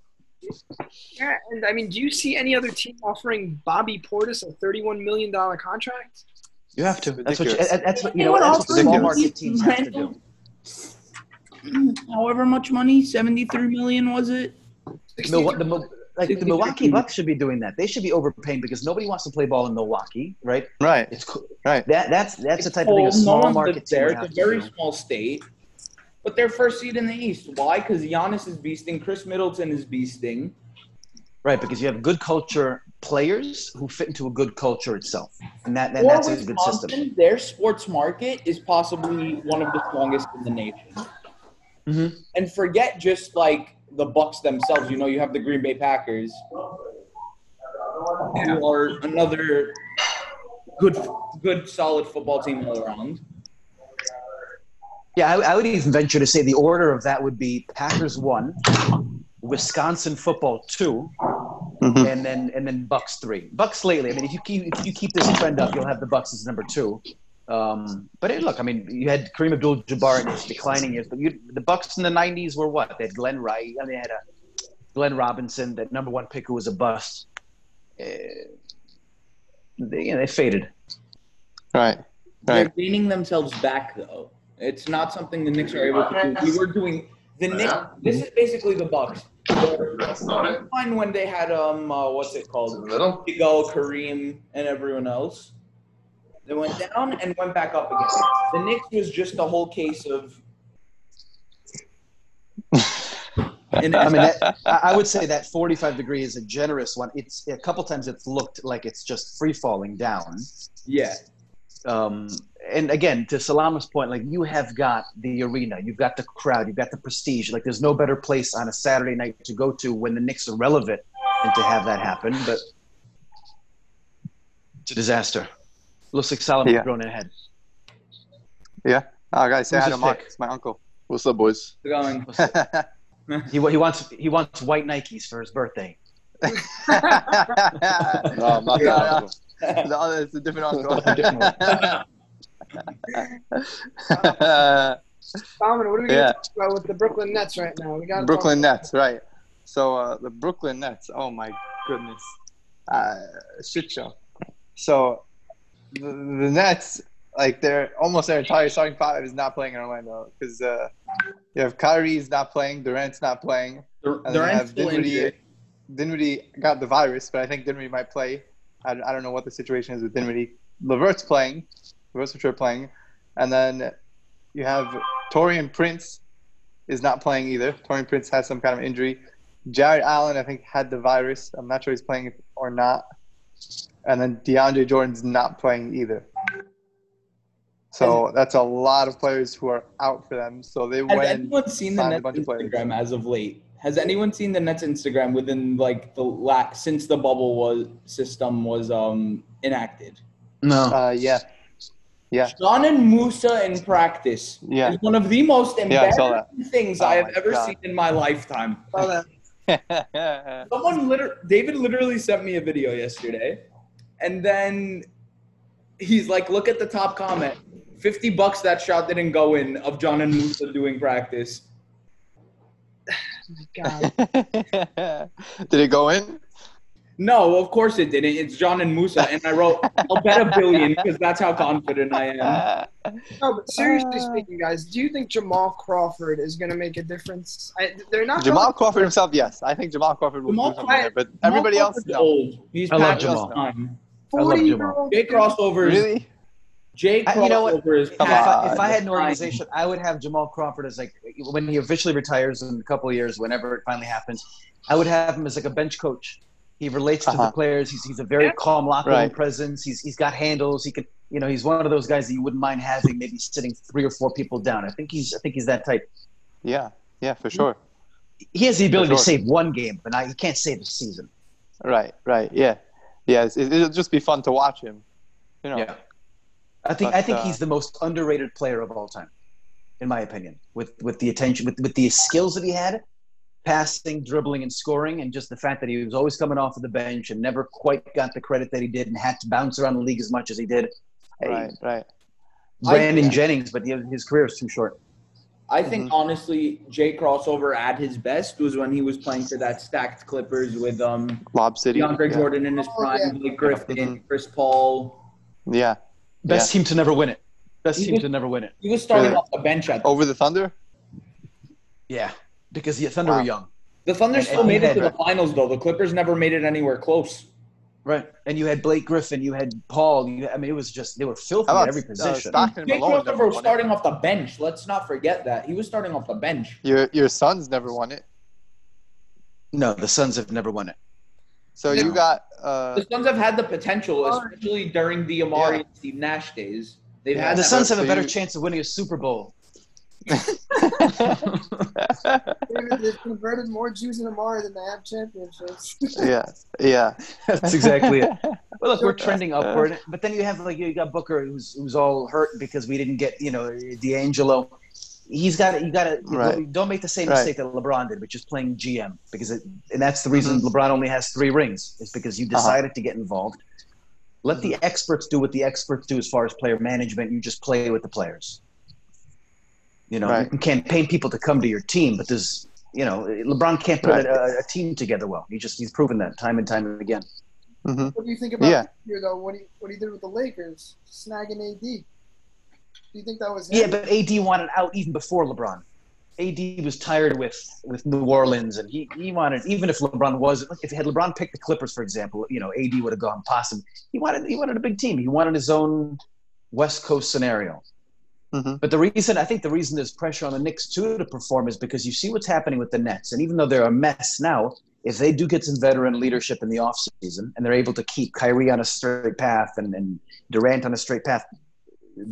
B: Yeah, and I mean, do you see any other team offering Bobby Portis a thirty-one million dollar contract?
D: You have to. That's what you,
A: Ridiculous.
D: that- that's what you know.
C: Anyone
D: That's what
A: offering
D: small
A: these
D: market teams have to do.
C: However much money, seventy-three million was it?
D: Milwa- the, Mil- like the
C: 63
D: Milwaukee
C: teams.
D: Bucks should be doing that. They should be overpaying because nobody wants to play ball in Milwaukee, right?
A: Right.
D: It's cool.
A: Right.
D: That that's that's the
C: It's
D: type of thing a
C: cold. No
D: small
C: one
D: market
C: lives
D: team
C: there.
D: would
C: It's
D: have
C: a
D: to
C: very
D: do.
C: small state, but they're first seed in the East. Why? Because Giannis is beasting. Chris Middleton is beasting.
D: Right, because you have good culture players who fit into a good culture itself, and that and
C: Or
D: that's a good
C: Wisconsin,
D: system.
C: Their sports market is possibly one of the strongest in the nation.
D: Mhm.
C: And forget just like the Bucks themselves. You know, you have the Green Bay Packers, who are another good, good, solid football team all around.
D: Yeah, I, I would even venture to say the order of that would be Packers one, Wisconsin football 2
E: Mm-hmm.
A: Mhm.
D: and then and then Bucks three. Bucks lately. I mean, if you keep if you keep this trend up, you'll have the Bucks as number two. Um, but hey, look, I mean, you had Kareem Abdul-Jabbar in his declining years, but you, the Bucks in the '90s were what? They had Glenn Wright. I mean, they had a Glenn Robinson, that number one pick who was a bust. Uh, they, you know, they faded.
A: Right.
C: They're
A: Right.
C: gaining themselves back, though. It's not something the Knicks are able to do. We were doing the Knicks. This is basically the Bucks.
F: That's not it.
C: Fine when they had um, uh, what's it
F: It's in
C: called?
F: the middle.
C: Go Kareem and everyone else. They went down and went back up again. The Knicks was just a whole case of In
D: I mean, that, I I would say that 45 degree is a generous one. It's a couple times it's looked like it's just free falling down.
C: yeah,
D: Um, and again, to Salama's point, like you have got the arena, you've got the crowd, you've got the prestige. Like there's no better place on a Saturday night to go to when the Knicks are relevant than to have that happen. But it's a disaster. Looks like Salama's
A: Yeah.
D: grown ahead.
A: Oh, guys, say
D: Who's
A: hi
D: his
A: to Mark.
D: pick?
A: It's my uncle.
E: What's up, boys?
C: going.
D: He, wa- he wants he wants white Nikes for his birthday.
A: the
E: No, I'm not
A: Yeah.
E: that uncle.
A: other is a different
D: A different
A: uncle.
B: Solomon, what are we
A: Yeah.
B: going to talk about with the Brooklyn Nets right now? We got
A: Brooklyn Nets, right? So uh, the Brooklyn Nets. Oh my goodness, uh, shit show. So the, the Nets, like they're almost their entire starting five is not playing in Orlando because uh, you have Kyrie's not playing, Durant's not playing.
C: Dur-
A: And they
C: Durant's
A: have
C: still
A: Dinwiddie.
C: injured.
A: Dinwiddie got the virus, but I think Dinwiddie might play. I, I don't know what the situation is with Dinwiddie. Levert's playing, Levert's for sure playing, and then you have Torian Prince is not playing either. Torian Prince has some kind of injury. Jared Allen, I think, had the virus. I'm not sure he's playing or not. And then DeAndre Jordan's not playing either. So that's a lot of players who are out for them. So they
C: Has
A: went.
C: anyone seen the
A: signed a
C: Nets
A: bunch of players.
C: Instagram as of late? Has anyone seen the Nets Instagram within like the la- since the bubble was system was um enacted?
D: No.
A: Uh, yeah,
C: Sean and Musa in practice
A: yeah.
C: is one of the most
A: Yeah, I saw
C: embarrassing
A: that.
C: things
A: Oh
C: I have
A: my
C: ever
A: God.
C: seen in my lifetime.
B: Saw that.
C: Someone liter- David literally sent me a video yesterday, and then he's like, "Look at the top comment. Fifty bucks that shot didn't go in of John and Musa doing practice.
B: God.
A: Did it go in?
C: No, of course it didn't. It's John and Musa." And I wrote, "I'll bet a billion because that's how confident I am."
B: No, but seriously
A: Uh.
B: speaking, guys, do you think Jamal Crawford is going to make a difference? I, they're not.
A: Uh, Jamal Crawford himself, yes. I think Jamal Crawford will
C: Jamal
A: do something there, but everybody
C: Jamal
A: else,
C: Crawford's
A: no.
C: old. He's
D: I love
C: past his
A: Jamal.
C: time.
D: I love Jamal.
B: Forty-year-old.
C: Jay crossover. is
A: Really?
C: Jay
D: I- you know what?
C: crossover is.
D: If,
A: Come
C: past
D: I,
A: on.
D: if I had an
C: his time.
D: organization, I would have Jamal Crawford as like when he officially retires in a couple of years, whenever it finally happens, I would have him as like a bench coach. He relates to the
A: Uh-huh.
D: players. He's, he's a very calm locker room
A: Right.
D: presence. He's he's got handles. He could you know he's one of those guys that you wouldn't mind having maybe sitting three or four people down. I think he's I think he's that type.
A: Yeah, yeah, for sure.
D: He has the ability to
A: sure.
D: save one game, but not, he can't save a season.
A: Right, right, yeah. Yeah, it's, it, it'll just be fun to watch him. You know,
D: Yeah. I think
A: But,
D: I think
A: uh,
D: he's the most underrated player of all time, in my opinion. With with the attention, with with the skills that he had, passing, dribbling, and scoring, and just the fact that he was always coming off of the bench and never quite got the credit that he did, and had to bounce around the league as much as he did.
A: right, right.
D: Brandon
C: I-
D: Jennings, but his his career is too short.
C: I think honestly, Jay Crossover at his best was when he was playing for that stacked Clippers with um
A: Lob City.
C: DeAndre
A: yeah.
C: Jordan in his
B: Oh,
C: prime,
B: yeah.
C: Blake Griffin,
A: Mhm.
C: Chris Paul.
A: yeah.
D: Best team to never win it. Best
C: He
D: team
C: was-
D: to never win it.
C: He was starting
A: Really? Oh,
C: off the bench at
A: Over the Thunder?
D: Yeah, because the Thunder
A: Wow.
D: were young,
C: the Thunder.
D: And-
C: Still
D: and
C: made
D: he
C: it to the
D: had-
C: finals though. The Clippers never made it anywhere close.
D: right? And you had Blake Griffin, you had Paul. You, I mean, it was just they were filthy
A: How
D: at
A: about
D: every
A: uh,
D: position.
A: Stockton and
C: Jay
A: Malone? never
C: Crossover was
A: won it.
C: starting off the bench. Let's not forget that he was starting off the bench.
A: Your, your sons never won it.
D: no, the Suns have never won it.
A: So
D: No.
A: you got. Uh,
C: The Suns have had the potential,
B: Sorry.
C: especially during the Amari
A: Yeah.
C: and Steve Nash days. They've
A: Yeah,
C: had
D: the
C: that.
D: Suns have a
A: so
D: better
A: you-
D: chance of winning a Super Bowl.
B: They've they've converted more Jews in Amara than they have championships.
A: yeah, yeah.
D: That's exactly it. Well, look, we're
A: Sure.
D: trending upward, but then you have like you got Booker, who's who's all hurt because we didn't get you know D'Angelo. He's got you got to
A: Right.
D: don't make the same
A: Right.
D: mistake that LeBron did, which is playing GM because it, and that's the reason
A: Mm-hmm.
D: LeBron only has three rings is because
A: Uh-huh.
D: you decided to get involved. Let the experts do what the experts do as far as player management. You just play with the players. You know, you
A: Right.
D: can campaign people to come to your team, but there's you know LeBron can't put
A: Right.
D: a, a team together well. He just he's proven that time and time again.
A: hmm
B: What do you think about
A: Yeah.
B: this year, though? What do you what do you think with the Lakers snagging AD? Do you think that was him?
D: Yeah, but AD wanted out even before LeBron. AD was tired with with New Orleans, and he, he wanted even if LeBron wasn't if had LeBron picked the Clippers for example, you know AD would have gone possum. He wanted he wanted a big team. He wanted his own West Coast scenario.
A: Mhm.
D: But the reason I think the reason there's pressure on the Knicks too to perform is because you see what's happening with the Nets, and even though they're a mess now, if they do get some veteran leadership in the offseason and they're able to keep Kyrie on a straight path and, and Durant on a straight path,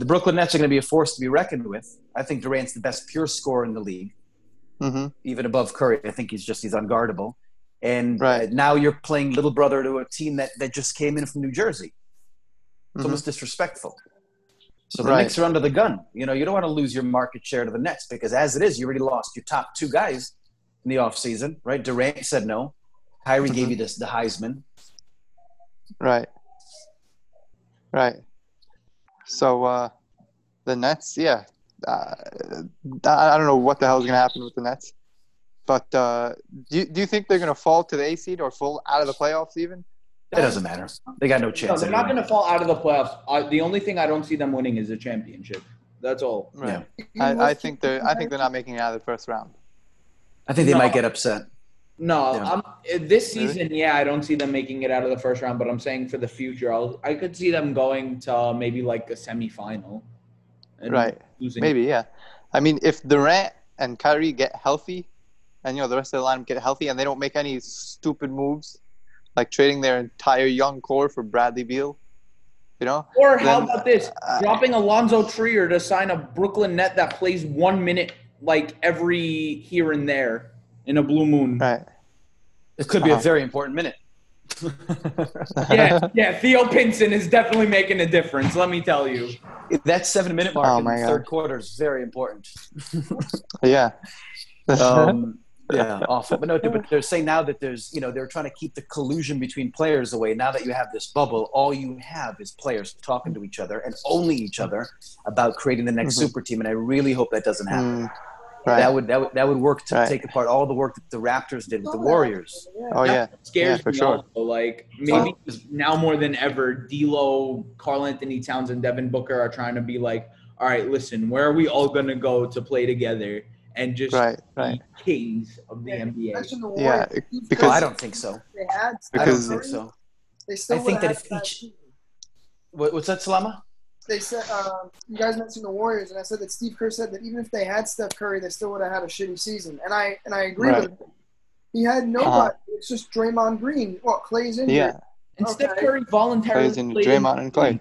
D: the Brooklyn Nets are going to be a force to be reckoned with. I think Durant's the best pure scorer in the league
A: Mm-hmm.
D: even above Curry. I think he's just he's unguardable. And
A: Right.
D: uh, now you're playing little brother to a team that, that just came in from New Jersey. It's
A: Mhm.
D: almost disrespectful. So the
A: Right.
D: Knicks are under the gun. You know, you don't want to lose your market share to the Nets because as it is, you already lost your top two guys in the offseason, right? Durant said no. Kyrie gave
A: Mhm.
D: you this the Heisman.
A: Right. Right. So uh, the Nets, yeah, uh, I I don't know what the hell is going to happen with the Nets, but uh, do you, do you think they're going to fall to the A seed or fall out of the playoffs even?
D: That doesn't matter. They got no
C: No,
D: chance.
C: they're not
D: anyway.
C: going to fall out of the playoffs. Uh, the only thing I don't see them winning is a championship. That's all.
A: Right. I, I think they're I think they're not making it out of the first round.
D: I think they
C: No.
D: might get upset.
C: No,
D: Yeah.
C: I'm, uh, this
A: Really?
C: season, yeah, I don't see them making it out of the first round. But I'm saying for the future, I'll, I could see them going to maybe like a semifinal. and
A: Right.
C: Losing.
A: Maybe, yeah. I mean, if Durant and Kyrie get healthy, and you know the rest of the lineup get healthy, and they don't make any stupid moves, like trading their entire young core for Bradley Beal, you know,
C: Or how
A: Then,
C: about this?
A: uh,
C: Dropping Alonzo Trier to sign a Brooklyn net that plays one minute like every here and there in a blue moon.
A: right?
D: It could be a
A: Uh-huh.
D: very important minute.
C: Yeah, yeah. Theo Pinson is definitely making a difference. Let me tell you.
D: that seven minute mark
A: Oh
D: in
A: my
D: the
A: God.
D: third quarter is very important.
A: yeah. Uh-huh.
D: um, yeah, awful. But no, but they're saying now that there's, you know, they're trying to keep the collusion between players away. Now that you have this bubble, all you have is players talking to each other and only each other about creating the next
A: Mhm.
D: super team. And I really hope that doesn't happen.
A: Mm, right.
D: Um, That would that would that would work to
A: Right.
D: take apart all the work that the Raptors did with the Warriors.
A: oh yeah.
C: Scares
A: Yeah, for
C: me
A: sure.
C: also. Like maybe now more than ever, D'Lo, Carl Anthony Towns, and Devin Booker are trying to be like, all right, listen, where are we all gonna go to play together and just
A: Right.
C: be
A: Right.
C: kings of the NBA?
B: Mention the
A: Yeah.
B: Warriors.
A: it-
B: You've
A: Because
D: Well, I don't think so.
B: They had.
A: Because-
D: I don't think so.
B: They still
D: I
B: would've
D: think that
B: had
D: if each-
B: team.
D: What, what's that, Salama?
B: they said um, you guys mentioned the Warriors, and I said that Steve Kerr said that even if they had Steph Curry, they still would have had a shitty season, and I and I agree
A: Right. Uh-huh.
B: with him. He had nobody. It's just Draymond Green. Well, Clay's injured.
A: yeah.
C: And Steph
B: Okay.
C: Curry voluntarily
A: Plays in
C: played
A: Draymond and Clay.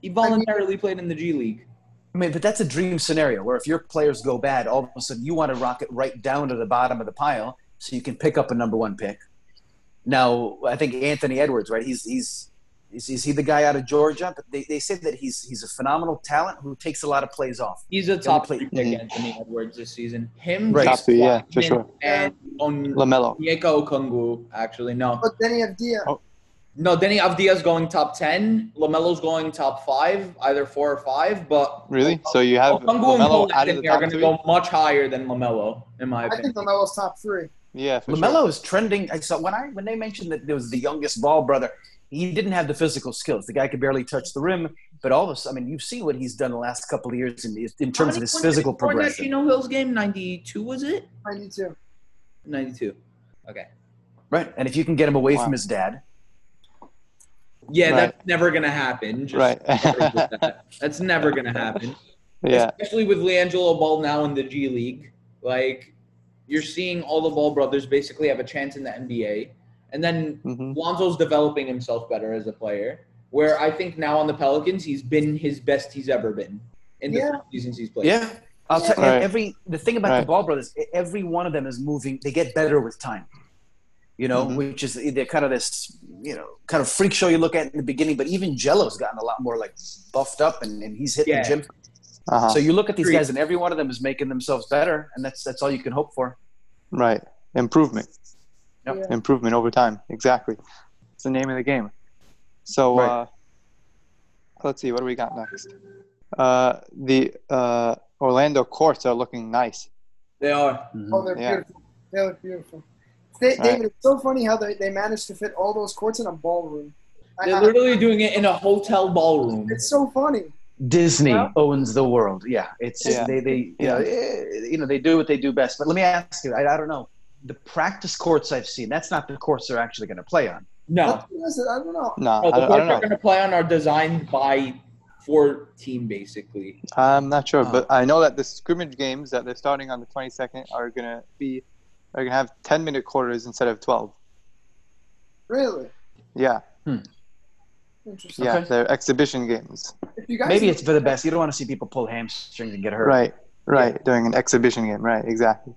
C: He voluntarily played in the G League.
D: I mean, but that's a dream scenario where if your players go bad, all of a sudden you want to rocket right down to the bottom of the pile so you can pick up a number one pick. Now, I think Anthony Edwards, right? He's he's is, is he the guy out of Georgia? But they, they say that he's he's a phenomenal talent who takes a lot of plays off.
C: He's a top
D: play-
C: three pick,
A: Mhm.
C: Anthony Edwards, this season. Him,
D: Right.
C: Jason
A: Top two, yeah, for
C: Tatum,
A: sure.
C: And on
A: Lamelo.
C: Onyeka Okongwu, actually, no.
B: But then you have Dia.
A: Oh.
C: No, Denny Avdia's going top 10. LaMelo's going top five, either four or five. But
A: Really? So you have
C: Okongwu and
A: Lamelo
C: Cole
A: out of the
C: Anthony are
A: top
C: Oh, going to
A: three?
C: go much higher than LaMelo, in my
B: I
C: opinion.
B: think LaMelo's top three.
A: Yeah. For
D: Lamelo is trending. I saw when I when they mentioned that there was the youngest ball brother. He didn't have the physical skills. The guy could barely touch the rim. But all of us, I mean, you've seen what he's done the last couple of years in, in terms of his physical progression.
C: Gino Hill's game, 92 was it?
B: I need to.
C: 92.
D: Right. And if you can get him away
A: Wow.
D: from his dad,
C: Yeah,
A: Right.
C: that's never going to happen. Just
A: Right.
C: that's never going to happen.
A: Yeah.
C: especially with Leangelo Ball now in the G League. Like, you're seeing all the Ball brothers basically have a chance in the NBA, and then
A: hmm
C: Lonzo's developing himself better as a player. Where I think now on the Pelicans, he's been his best he's ever been in the
B: Yeah.
C: seasons he's played.
D: Yeah. I'll tell you,
A: Right.
D: every the thing about the
A: Right.
D: Ball brothers, e- every one of them is moving. They get better with time, you know,
A: Mhm.
D: which is they're kind of this, you know, kind of freak show you look at in the beginning. But even Jello's gotten a lot more like buffed up, and, and he's hitting
C: Yeah.
D: the gym.
A: Uh-huh.
D: So you look at these
C: Agreed.
D: guys, and every one of them is making themselves better, and that's that's all you can hope for.
A: right. Improvement.
D: Yep.
B: Yeah.
A: Improvement over time. Exactly. It's the name of the game. So
D: Right.
A: uh, let's see. What do we got next? Uh, the uh, Orlando courts are looking nice.
C: They are.
D: Mm-hmm.
B: Oh, they're
A: Yeah.
B: beautiful. They look beautiful. They,
A: Right.
B: David, it's so funny how they, they managed to fit all those courts in a ballroom. I,
C: They're
B: I,
C: literally doing it in a hotel ballroom.
B: it's so funny.
D: Disney
B: Yeah.
D: owns the world. Yeah, it's
A: Yeah.
D: they they you,
A: Yeah.
D: know, eh, you know they do what they do best. But let me ask you, I, I don't know the practice courts I've seen. That's not the courts they're actually going to play on.
C: No.
B: That's what it is. I don't know.
A: No,
C: No,
A: I,
C: the
A: don't, I
C: Oh, courts
A: don't
C: they're
A: know.
C: going to play on are designed by for team basically.
A: I'm not sure,
D: Oh.
A: but I know that the scrimmage games that they're starting on the 22nd are gonna be are gonna have 10 minute quarters instead of 12.
B: Really
A: Yeah,
B: interesting.
A: yeah,
D: Okay.
A: they're exhibition games.
B: If you guys
D: Maybe it's for the best. You don't want to see people pull hamstrings and get hurt.
A: Right, right, during an exhibition game. Right, exactly.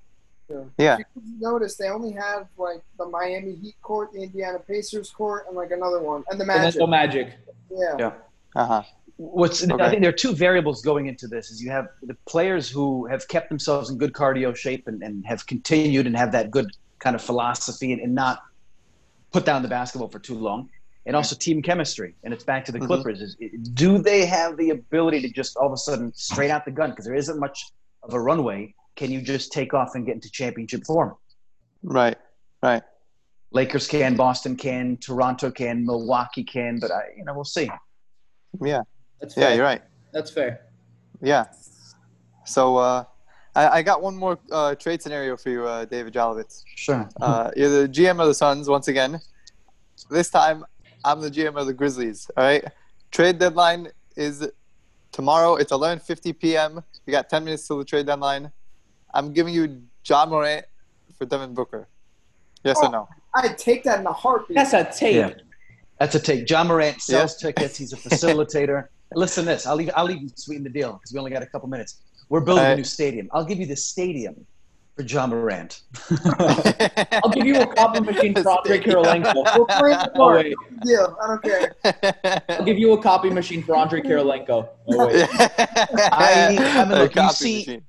A: Yeah.
B: if you notice, they only have like the Miami Heat court, the Indiana Pacers court, and like another one, and the
C: And then
B: Magic.
C: no magic.
B: yeah.
D: Yeah.
A: Uh huh.
D: What's
A: Okay.
D: I think there are two variables going into this: is you have the players who have kept themselves in good cardio shape and, and have continued and have that good kind of philosophy and, and not put down the basketball for too long, and also team chemistry. And it's back to the
A: Mhm.
D: Clippers: is do they have the ability to just all of a sudden straight out the gun because there isn't much of a runway? Can you just take off and get into championship form?
A: Right, right.
D: Lakers can, Boston can, Toronto can, Milwaukee can, but I, you know, we'll see.
A: Yeah,
C: That's fair.
A: yeah, you're right.
C: That's fair.
A: Yeah. So uh, I, I got one more uh, trade scenario for you, uh, David Jolovitz.
D: Sure.
A: Uh, you're the GM of the Suns once again. This time, I'm the GM of the Grizzlies. All right. Trade deadline is tomorrow. It's 11:50 p.m. You got 10 minutes till the trade deadline. I'm giving you John Morant for Devin Booker. Yes or no?
B: I take that in a heartbeat.
C: That's a take.
D: Yeah. That's a take. John Morant sells tickets. He's a facilitator. Listen, to this I'll leave. I'll even sweeten the deal because we only got a couple minutes. We're building
A: All
D: a
A: right.
D: new stadium. I'll give you the stadium for John Morant.
C: I'll give you a copy machine for Andre Kirilenko.
B: We're playing the
C: Oh,
B: court.
C: wait.
B: deal. I don't care.
C: I'll give you a copy machine for Andre Kirilenko. Oh, wait.
D: I mean,
A: A
D: look, you
A: copy
D: see-
A: machine.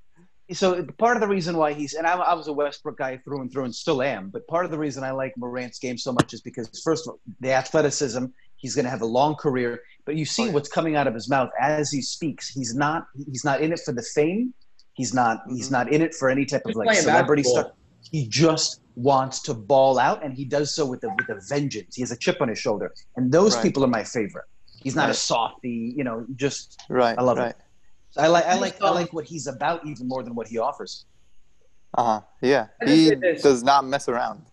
D: So part of the reason why he's and I, I was a Westbrook guy through and through and still am. But part of the reason I like Morant's game so much is because first of all, the athleticism. He's going to have a long career. But you see what's coming out of his mouth as he speaks. He's not. He's not in it for the fame. He's not. He's not in it for any type of
C: Just
D: like
C: playing
D: celebrity
C: basketball.
D: stuff. He just wants to ball out, and he does so with a, with a vengeance. He has a chip on his shoulder, and those
A: Right.
D: people are my favorite. He's not a
A: Right.
D: softy, you know. Just
A: Right.
D: I love it.
A: right.
D: I like I like I like what he's about even more than what he offers.
A: Uh huh. Yeah.
C: I just
A: He
C: did this.
A: does not mess around.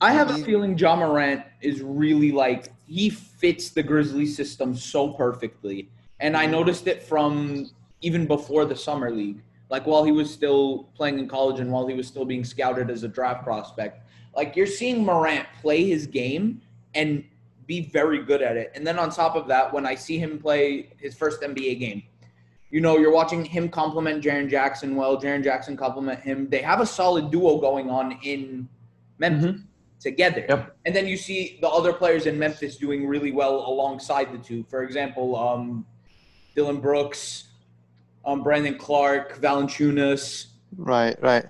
C: I have a feeling John Morant is really like he fits the Grizzly system so perfectly, and I noticed it from even before the summer league. Like while he was still playing in college and while he was still being scouted as a draft prospect, like you're seeing Morant play his game and be very good at it. And then on top of that, when I see him play his first NBA game, you know, you're watching him compliment Jaron Jackson well, Jaron Jackson compliment him. They have a solid duo going on in Memphis together.
D: Yep.
C: And then you see the other players in Memphis doing really well alongside the two. For example, um, Dylan Brooks, um, Brandon Clark, Valanciunas.
A: Right. Right.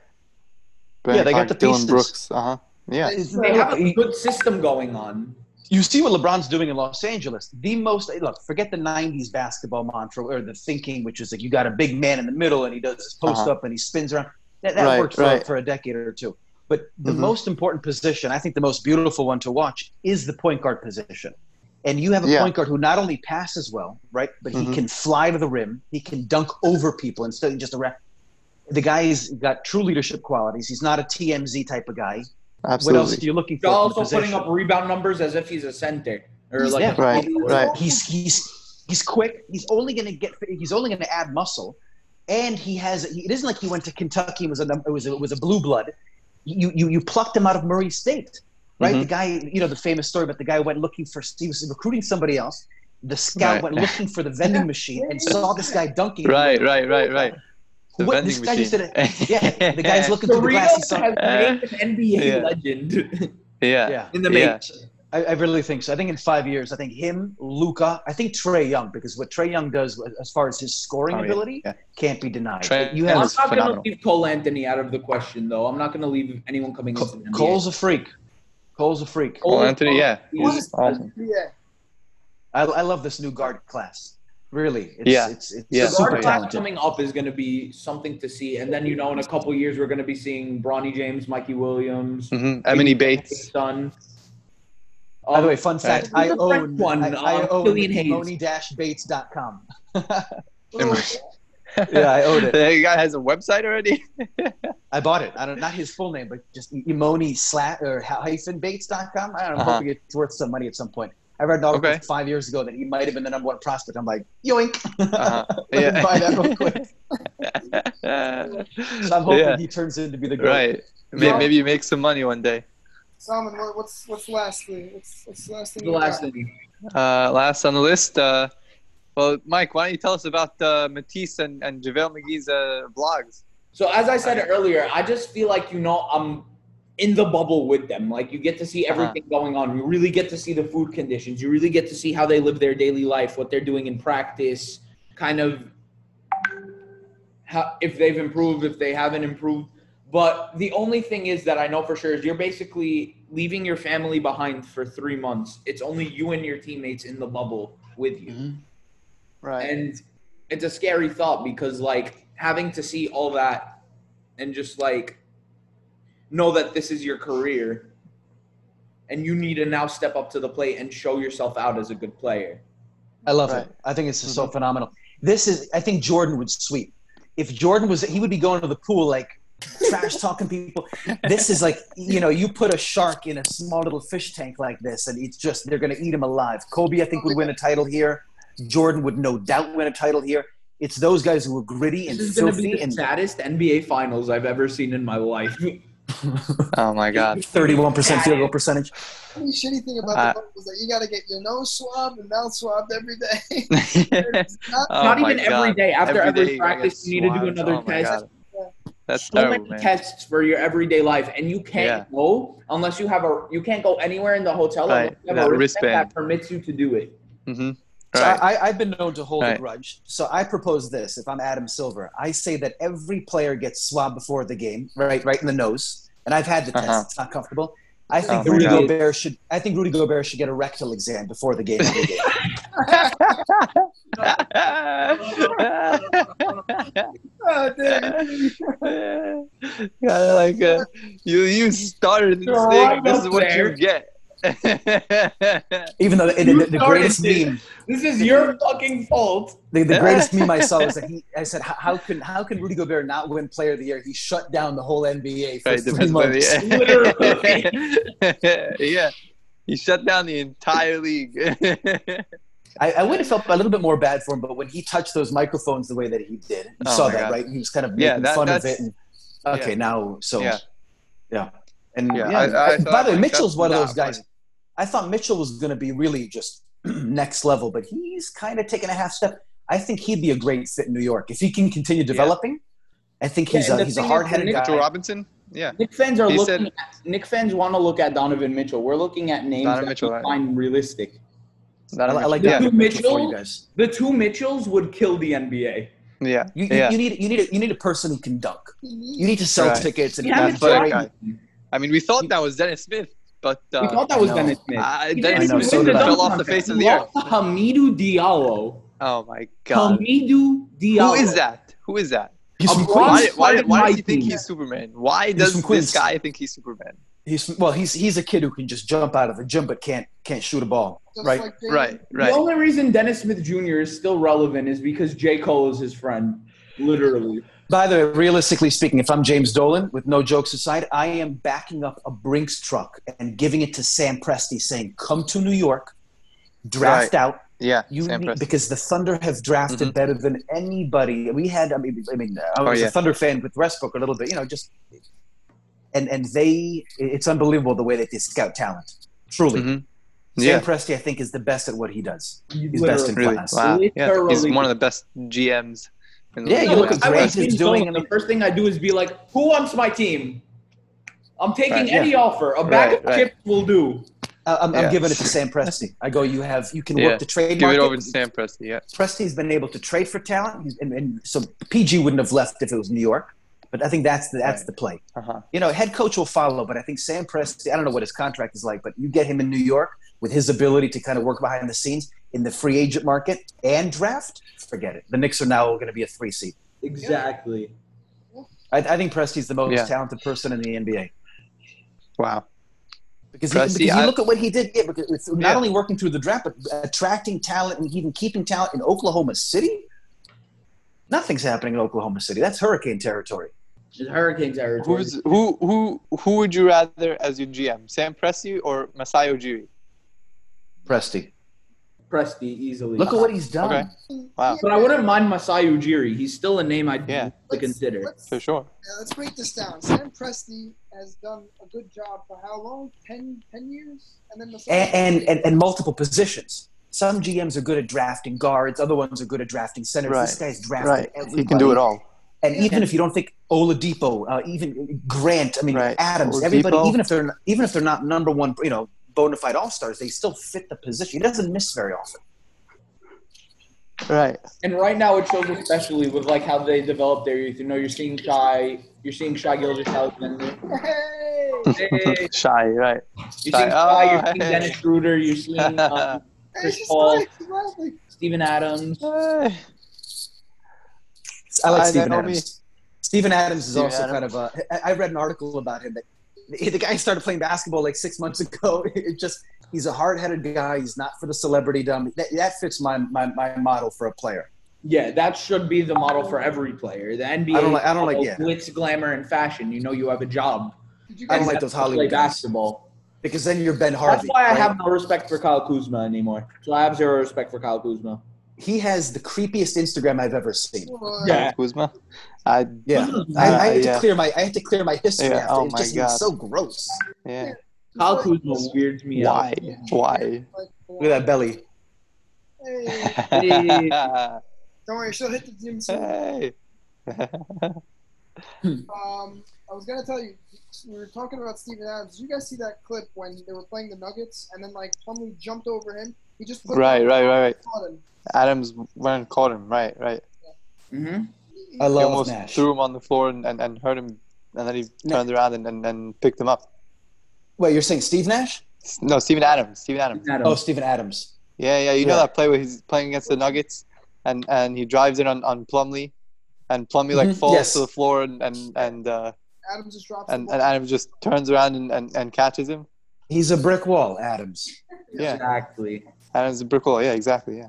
D: Yeah, they got the
A: Dylan
D: pieces.
A: Brooks. Uh huh. Yeah.
C: They have a
D: You-
C: good system going on.
D: you see what LeBron's doing in Los Angeles. The most look, forget the '90s basketball mantra or the thinking, which is like you got a big man in the middle and he does his post
A: Uh-huh.
D: up and he spins around. That, that
A: Right,
D: worked for,
A: right.
D: for a decade or two. But the
A: Mhm.
D: most important position, I think, the most beautiful one to watch is the point guard position. And you have a
A: Yeah.
D: point guard who not only passes well, right, but he
A: Mhm.
D: can fly to the rim. He can dunk over people instead of just a rep. The guy's got true leadership qualities. He's not a TMZ type of guy.
A: Absolutely.
D: What else are you looking for?
C: They're
D: from a
C: also putting
D: position?
C: up rebound numbers as if he's a center or like
D: Yeah.
C: a
A: Right, right.
D: He's he's he's quick. He's only going to get. He's only going to add muscle, and he has. It isn't like he went to Kentucky and was a num- it was a, was a blue blood. You you you plucked him out of Murray State, right?
A: Mm-hmm.
D: The guy, you know, the famous story about the guy went looking for. He was recruiting somebody else. The scout
A: Right.
D: went looking for the vending machine and saw this guy dunking.
A: Right, right, right, right. The
D: What-
A: vending
D: this guy just
A: machine.
D: Yeah, the guy's looking through the
C: Torino
D: glass. He
C: has
D: saw,
C: made an NBA
A: Yeah.
C: legend
A: yeah.
D: Uh, yeah.
C: in the making.
A: Yeah.
D: I, I really think so. I think in five years, I think him, Luca, I think Trey Young, because what Trey Young does as far as his scoring
A: Oh, yeah.
D: ability
A: Yeah.
D: can't be denied.
A: Trae-
D: you
C: I'm
D: have
A: That's
C: not going to
A: phenomenal.
C: leave Cole Anthony out of the question, though. I'm not going to leave anyone coming into the NBA.
D: Cole's a freak. Cole's a freak.
C: Cole-
B: What
A: he's
B: is-
A: awesome.
B: Yeah.
D: I, I love this new guard class. Really, it's,
A: Yeah.
D: it's, it's
A: Yeah.
D: super
C: Guard class
D: talented.
C: coming up is going to be something to see, and then you know in a couple years we're going to be seeing Bronny James, Mikey Williams,
A: Mm-hmm. Emily Bates.
C: son.
D: By the way, fun fact: I
C: Who's the French
D: own
C: one?
D: I, I
C: Um,
D: own
C: Killian Hayes.
D: Moni-Bates.com.
A: Am
D: Yeah, I own it.
A: The guy has a website already.
D: I bought it. I don't not his full name, but just Imoni slat or hyphen Bates.com. I don't know. I'm
A: Uh-huh.
D: hoping it's worth some money at some point. I read an article
A: Okay.
D: five years ago that he might have been the number one prospect. I'm like, yoink.
A: Uh-huh.
D: Let me
A: Yeah.
D: buy that real quick. So I'm hoping
A: Yeah.
D: he turns in to be the GOAT.
A: Right. May-
B: Yeah.
A: Maybe you make some money one day.
B: Solomon, what, what's what's the last thing? What's, what's the last thing?
C: The
B: you
C: last
B: got?
C: thing.
A: Uh, last on the list. Uh, well, Mike, why don't you tell us about uh, Matisse and, and JaVale McGee's uh, vlogs?
C: So as I said earlier, I just feel like you know I'm in the bubble with them. Like you get to see
A: Uh-huh.
C: everything going on. You really get to see the food conditions. You really get to see how they live their daily life, what they're doing in practice, kind of how if they've improved, if they haven't improved. But the only thing is that I know for sure is you're basically leaving your family behind for three months. It's only you and your teammates in the bubble with
D: Mm-hmm.
C: you.
A: Right.
C: And it's a scary thought because like having to see all that and just like know that this is your career and you need to now step up to the plate and show yourself out as a good player.
D: I love
A: Right.
D: it. I think it's just so phenomenal. This is, I think Jordan would sweep. If Jordan was, he would be going to the pool like trash talking people. This is like, you know, you put a shark in a small little fish tank like this, and it's just, they're going to eat him alive. Kobe, I think, would win a title here. Jordan would no doubt win a title here. It's those guys who are gritty and
C: This is going to be
D: filthy
C: the
D: and
C: saddest NBA finals I've ever seen in my life.
A: Oh my God.
D: 31% field goal percentage.
B: The only shitty thing about
A: Uh,
B: the bubble is that you got to get your nose swabbed and mouth swabbed every day. It's not-
A: Oh
C: Not
A: my
C: even every
A: God.
C: day. After
A: Every
C: every,
A: day you gotta
C: practice,
A: get
C: you need to do
A: swabbed.
C: another
A: Oh my
C: test.
A: God. That's
C: so
A: terrible,
C: many
A: man.
C: tests for your everyday life, and you can't
A: Yeah.
C: go unless you have a you can't go anywhere in the hotel
A: Right,
C: unless you have
A: that
C: a wristband
A: wristband.
C: that permits you to do it.
A: hmm
D: So
A: Right.
D: I, I've been known to hold
A: Right.
D: a grudge. So I propose this if I'm Adam Silver, I say that every player gets swabbed before the game, right, right in the nose. And I've had the test,
A: Uh-huh.
D: it's not comfortable. I think
A: Oh my
D: Uh-huh. Rudy
A: God.
D: Gobert should I think Rudy Gobert should get a rectal exam before the game. every game.
B: oh, dude.
A: yeah, like uh, you you started this
C: You're
A: thing.
C: right
A: this
C: up
A: is what
C: there.
A: you get.
D: Even though the, the,
C: You
D: the greatest
C: started it.
D: meme
C: This is your fucking fault.
D: the, the greatest meme I saw was that he I said, "How- How can how can Rudy Gobert not win player of the year? He shut down the whole NBA for
A: Right, the
D: three
A: best player,
D: months.
A: yeah. yeah, he shut down the entire league.
D: I, I would have felt a little bit more bad for him, but when he touched those microphones the way that he did, you
A: Oh
D: saw
A: my
D: that,
A: God.
D: right? He was kind of making
A: Yeah, that-
D: fun of
A: that's-
D: it. And, okay,
A: yeah.
D: now, so,
A: Yeah.
D: yeah. And
A: Yeah,
D: yeah,
A: I- I
D: I- by
A: thought,
D: the way,
A: like,
D: Mitchell's
A: that's
D: one of those
A: not
D: guys.
A: funny.
D: I thought Mitchell was going to be really just next level, but he's kind of taken a half step. I think he'd be a great fit in New York. If he can continue developing, I think
C: Yeah,
D: he's,
C: and
D: a,
C: the
D: he's a
C: thing is,
D: hard headed
C: Nick
D: guy.
A: Mitchell Robinson. Yeah,
C: Nick fans are
A: He
C: looking. at, Nick fans want to look at Donovan Mitchell. We're looking at names
A: Donovan
C: that
A: Mitchell,
C: we
A: right.
C: find realistic.
D: I, I like
A: Yeah,
D: that
C: Duke
D: Mitchell for
C: Mitchell?
D: you guys.
C: The two Mitchells would kill the NBA.
A: yeah,
D: You, you,
A: yeah.
D: you need, you, need a, you need a person who can dunk. You need to sell
A: Right.
D: tickets and
C: We haven't
A: that's what I
C: tried
A: got.
C: them.
A: I mean, we thought that was Dennis Smith, but uh,
C: We thought that was
D: no.
C: Dennis Smith.
A: uh,
C: He
A: Dennis
C: didn't
D: know,
A: Smith
C: win
D: so did I.
A: fell
C: dunk
A: off the
C: contest.
A: face of
C: He
A: the earth.
C: lost to Hamidou Diallo.
A: Oh my God,
C: Hamidou
A: who
C: Diallo.
A: is that? Who is that?
D: He's
C: A
D: from
C: bronze-
D: Queens.
A: Why, why,
C: part of
A: why
C: my
A: does he think
C: team.
A: he's Superman? Why
D: He's
A: does
D: from
A: this
D: Queens.
A: guy think he's Superman?
D: He's well. He's he's a kid who can just jump out of a gym, but can't can't shoot a ball.
B: Just
D: right.
B: like Jalen.
A: Right,
C: The
A: right.
C: only reason Dennis Smith Jr. is still relevant is because J. Cole is his friend, literally.
D: By the way, realistically speaking, if I'm James Dolan, with no jokes aside, I am backing up a Brinks truck and giving it to Sam Presti, saying, "Come to New York, draft out.
A: Yeah,
D: You
A: Sam
D: need,
A: Presti. Mm-hmm.
D: because the Thunder have drafted better than anybody. We had. I mean, I mean, I
A: Oh,
D: was
A: yeah.
D: a Thunder fan with Westbrook a little bit. You know, just and and they. It's unbelievable the way that they scout talent. Truly,
A: Mhm.
D: Sam
A: Yeah,
D: Presti, I think, is the best at what he does. He's best
C: literally.
D: in
A: really.
D: class.
A: Wow. Yeah, he's
C: Literally.
A: one of the best GMs. In the
D: Yeah,
A: league.
D: you look at
C: I
D: Grant
C: was
D: is
C: in
D: doing
C: Dolan,
D: an-
C: the first thing I do is be like, who wants my team? I'm taking
A: Right,
D: yeah.
C: any offer. A bag
A: Right,
C: of
A: right.
C: chips will do.
D: I- Uh, I'm,
A: Yeah.
D: I'm giving it to Sam Presti. I go, you have, you can
A: Yeah.
D: work the trade
A: Give it
D: market.
A: over to Sam Presti. Yeah.
D: Presti's been able to trade for talent, He's- and, and so PG wouldn't have left if it was New York. But I think that's the, that's the play.
A: Uh-huh.
D: You know, head coach will follow, but I think Sam Presti. I don't know what his contract is like, but you get him in New York with his ability to kind of work behind the scenes in the free agent market and draft. Forget it. The Knicks are now going to be a three seed.
C: Exactly.
D: I, I think Presti's the most
A: Yeah.
D: talented person in the NBA.
A: Wow.
D: Because,
A: Presti,
D: he, because you
A: I-
D: look at what he did, yeah, because it's not
A: Yeah.
D: only working through the draft, but attracting talent and even keeping talent in Oklahoma City. Nothing's happening in Oklahoma City. That's hurricane territory.
C: It's Hurricanes territory.
A: Who's who? Who? Who would you rather as your GM, Sam Presti or Masai Ujiri?
D: Presti.
C: Presti easily.
D: Look at what he's done.
A: Okay. Wow.
C: But I wouldn't mind Masai Ujiri. He's still a name I'd
A: Yeah.
C: to consider.
B: Let's,
A: for sure.
B: yeah, let's break this down. Sam Presti has done a good job for how long? 10, 10 years? And then Masai.
D: and, and- and, and multiple positions. Some GMs are good at drafting guards. Other ones are good at drafting centers. This
A: Right.
D: guy's drafted
A: Right.
D: everybody.
A: He can do it all.
D: And even if you don't think Oladipo, uh, even Grant, I mean
A: Right.
D: Adams,
A: Oladipo.
D: everybody, even if they're even if they're not number one, you know, bona fide all stars, they still fit the position. He doesn't miss very often.
A: Right.
C: And right now it shows especially with like how they develop their youth. You know, you're seeing Shy, you're seeing Shy Gilgis Alexander.
B: Hey!
C: Hey,
A: Shy. Right.
C: you're seeing
A: Oh,
C: Shy, you're seeing
A: hey.
C: Dennis Schroeder, you're seeing um,
B: Hey, she's
C: Paul.
B: right, she's right.
C: Steven Adams.
A: Eh,
D: I like
A: I-
D: Steven
A: that don't
D: Adams. Steven Adams is
A: Steven
D: also kind of a. I I read an article about him that the guy started playing basketball like six months ago. It just he's a hard-headed guy. He's not for the celebrity dumb. That, that fits my, my my model for a player.
C: Yeah, that should be the model for every player. The NBA
D: I don't like- I don't like-
C: follows
D: yeah.
C: glitz, glamour, and fashion. You know you have a job.
B: Did you
D: I
B: guys
D: don't like
C: That's
D: those
C: to
D: Hollywood
C: play
D: guys.
C: basketball.
D: Because then you're Ben Harvey.
C: That's why I
D: right?
C: have no respect for Kyle Kuzma anymore. So I have zero respect for Kyle Kuzma.
D: He has the creepiest Instagram I've ever seen.
B: Well,
C: Yeah.
A: Kuzma. I
D: Yeah,
C: Kuzma's
D: I, I
A: Uh,
D: had to
A: yeah.
D: clear my I had to clear my history.
A: Yeah,
D: After.
A: oh
D: it
A: my
D: just
A: God.
D: was so gross.
A: yeah.
C: Kyle Kuzma weirds me out.
A: Why? Why?
B: like,
D: Look at that belly.
B: Hey,
A: hey.
B: don't worry, she'll hit the gym soon. Um, I was gonna tell you, we were talking about Steven Adams. Did you guys see that clip when they were playing the Nuggets and then like Plumlee jumped over him? He just put
A: Right. Right. Right. Right.
B: caught him.
A: Adams went and caught him. Right. Right.
C: hmm
B: He-
D: I
A: He
D: love
A: almost
D: Nash.
A: threw him on the floor and, and, and hurt him, and then he turned around and, and, and picked him up.
D: Wait, you're saying Steve Nash?
A: No, Steven Adams. Steven Adams.
D: Oh, Steven Adams.
A: Yeah, yeah. You know
D: Yeah.
A: that play where he's playing against the Nuggets, and and he drives in on on Plumlee, and Plumlee like
D: Mhm,
A: falls
D: yes.
A: to the floor, and and and uh,
B: Adams just dropped.
A: and,
B: the
A: and
B: ball.
A: Adam just turns around and, and, and catches him.
D: He's a brick wall, Adams.
A: Yeah,
C: Exactly.
A: Adam's a brick wall. Yeah, exactly. Yeah,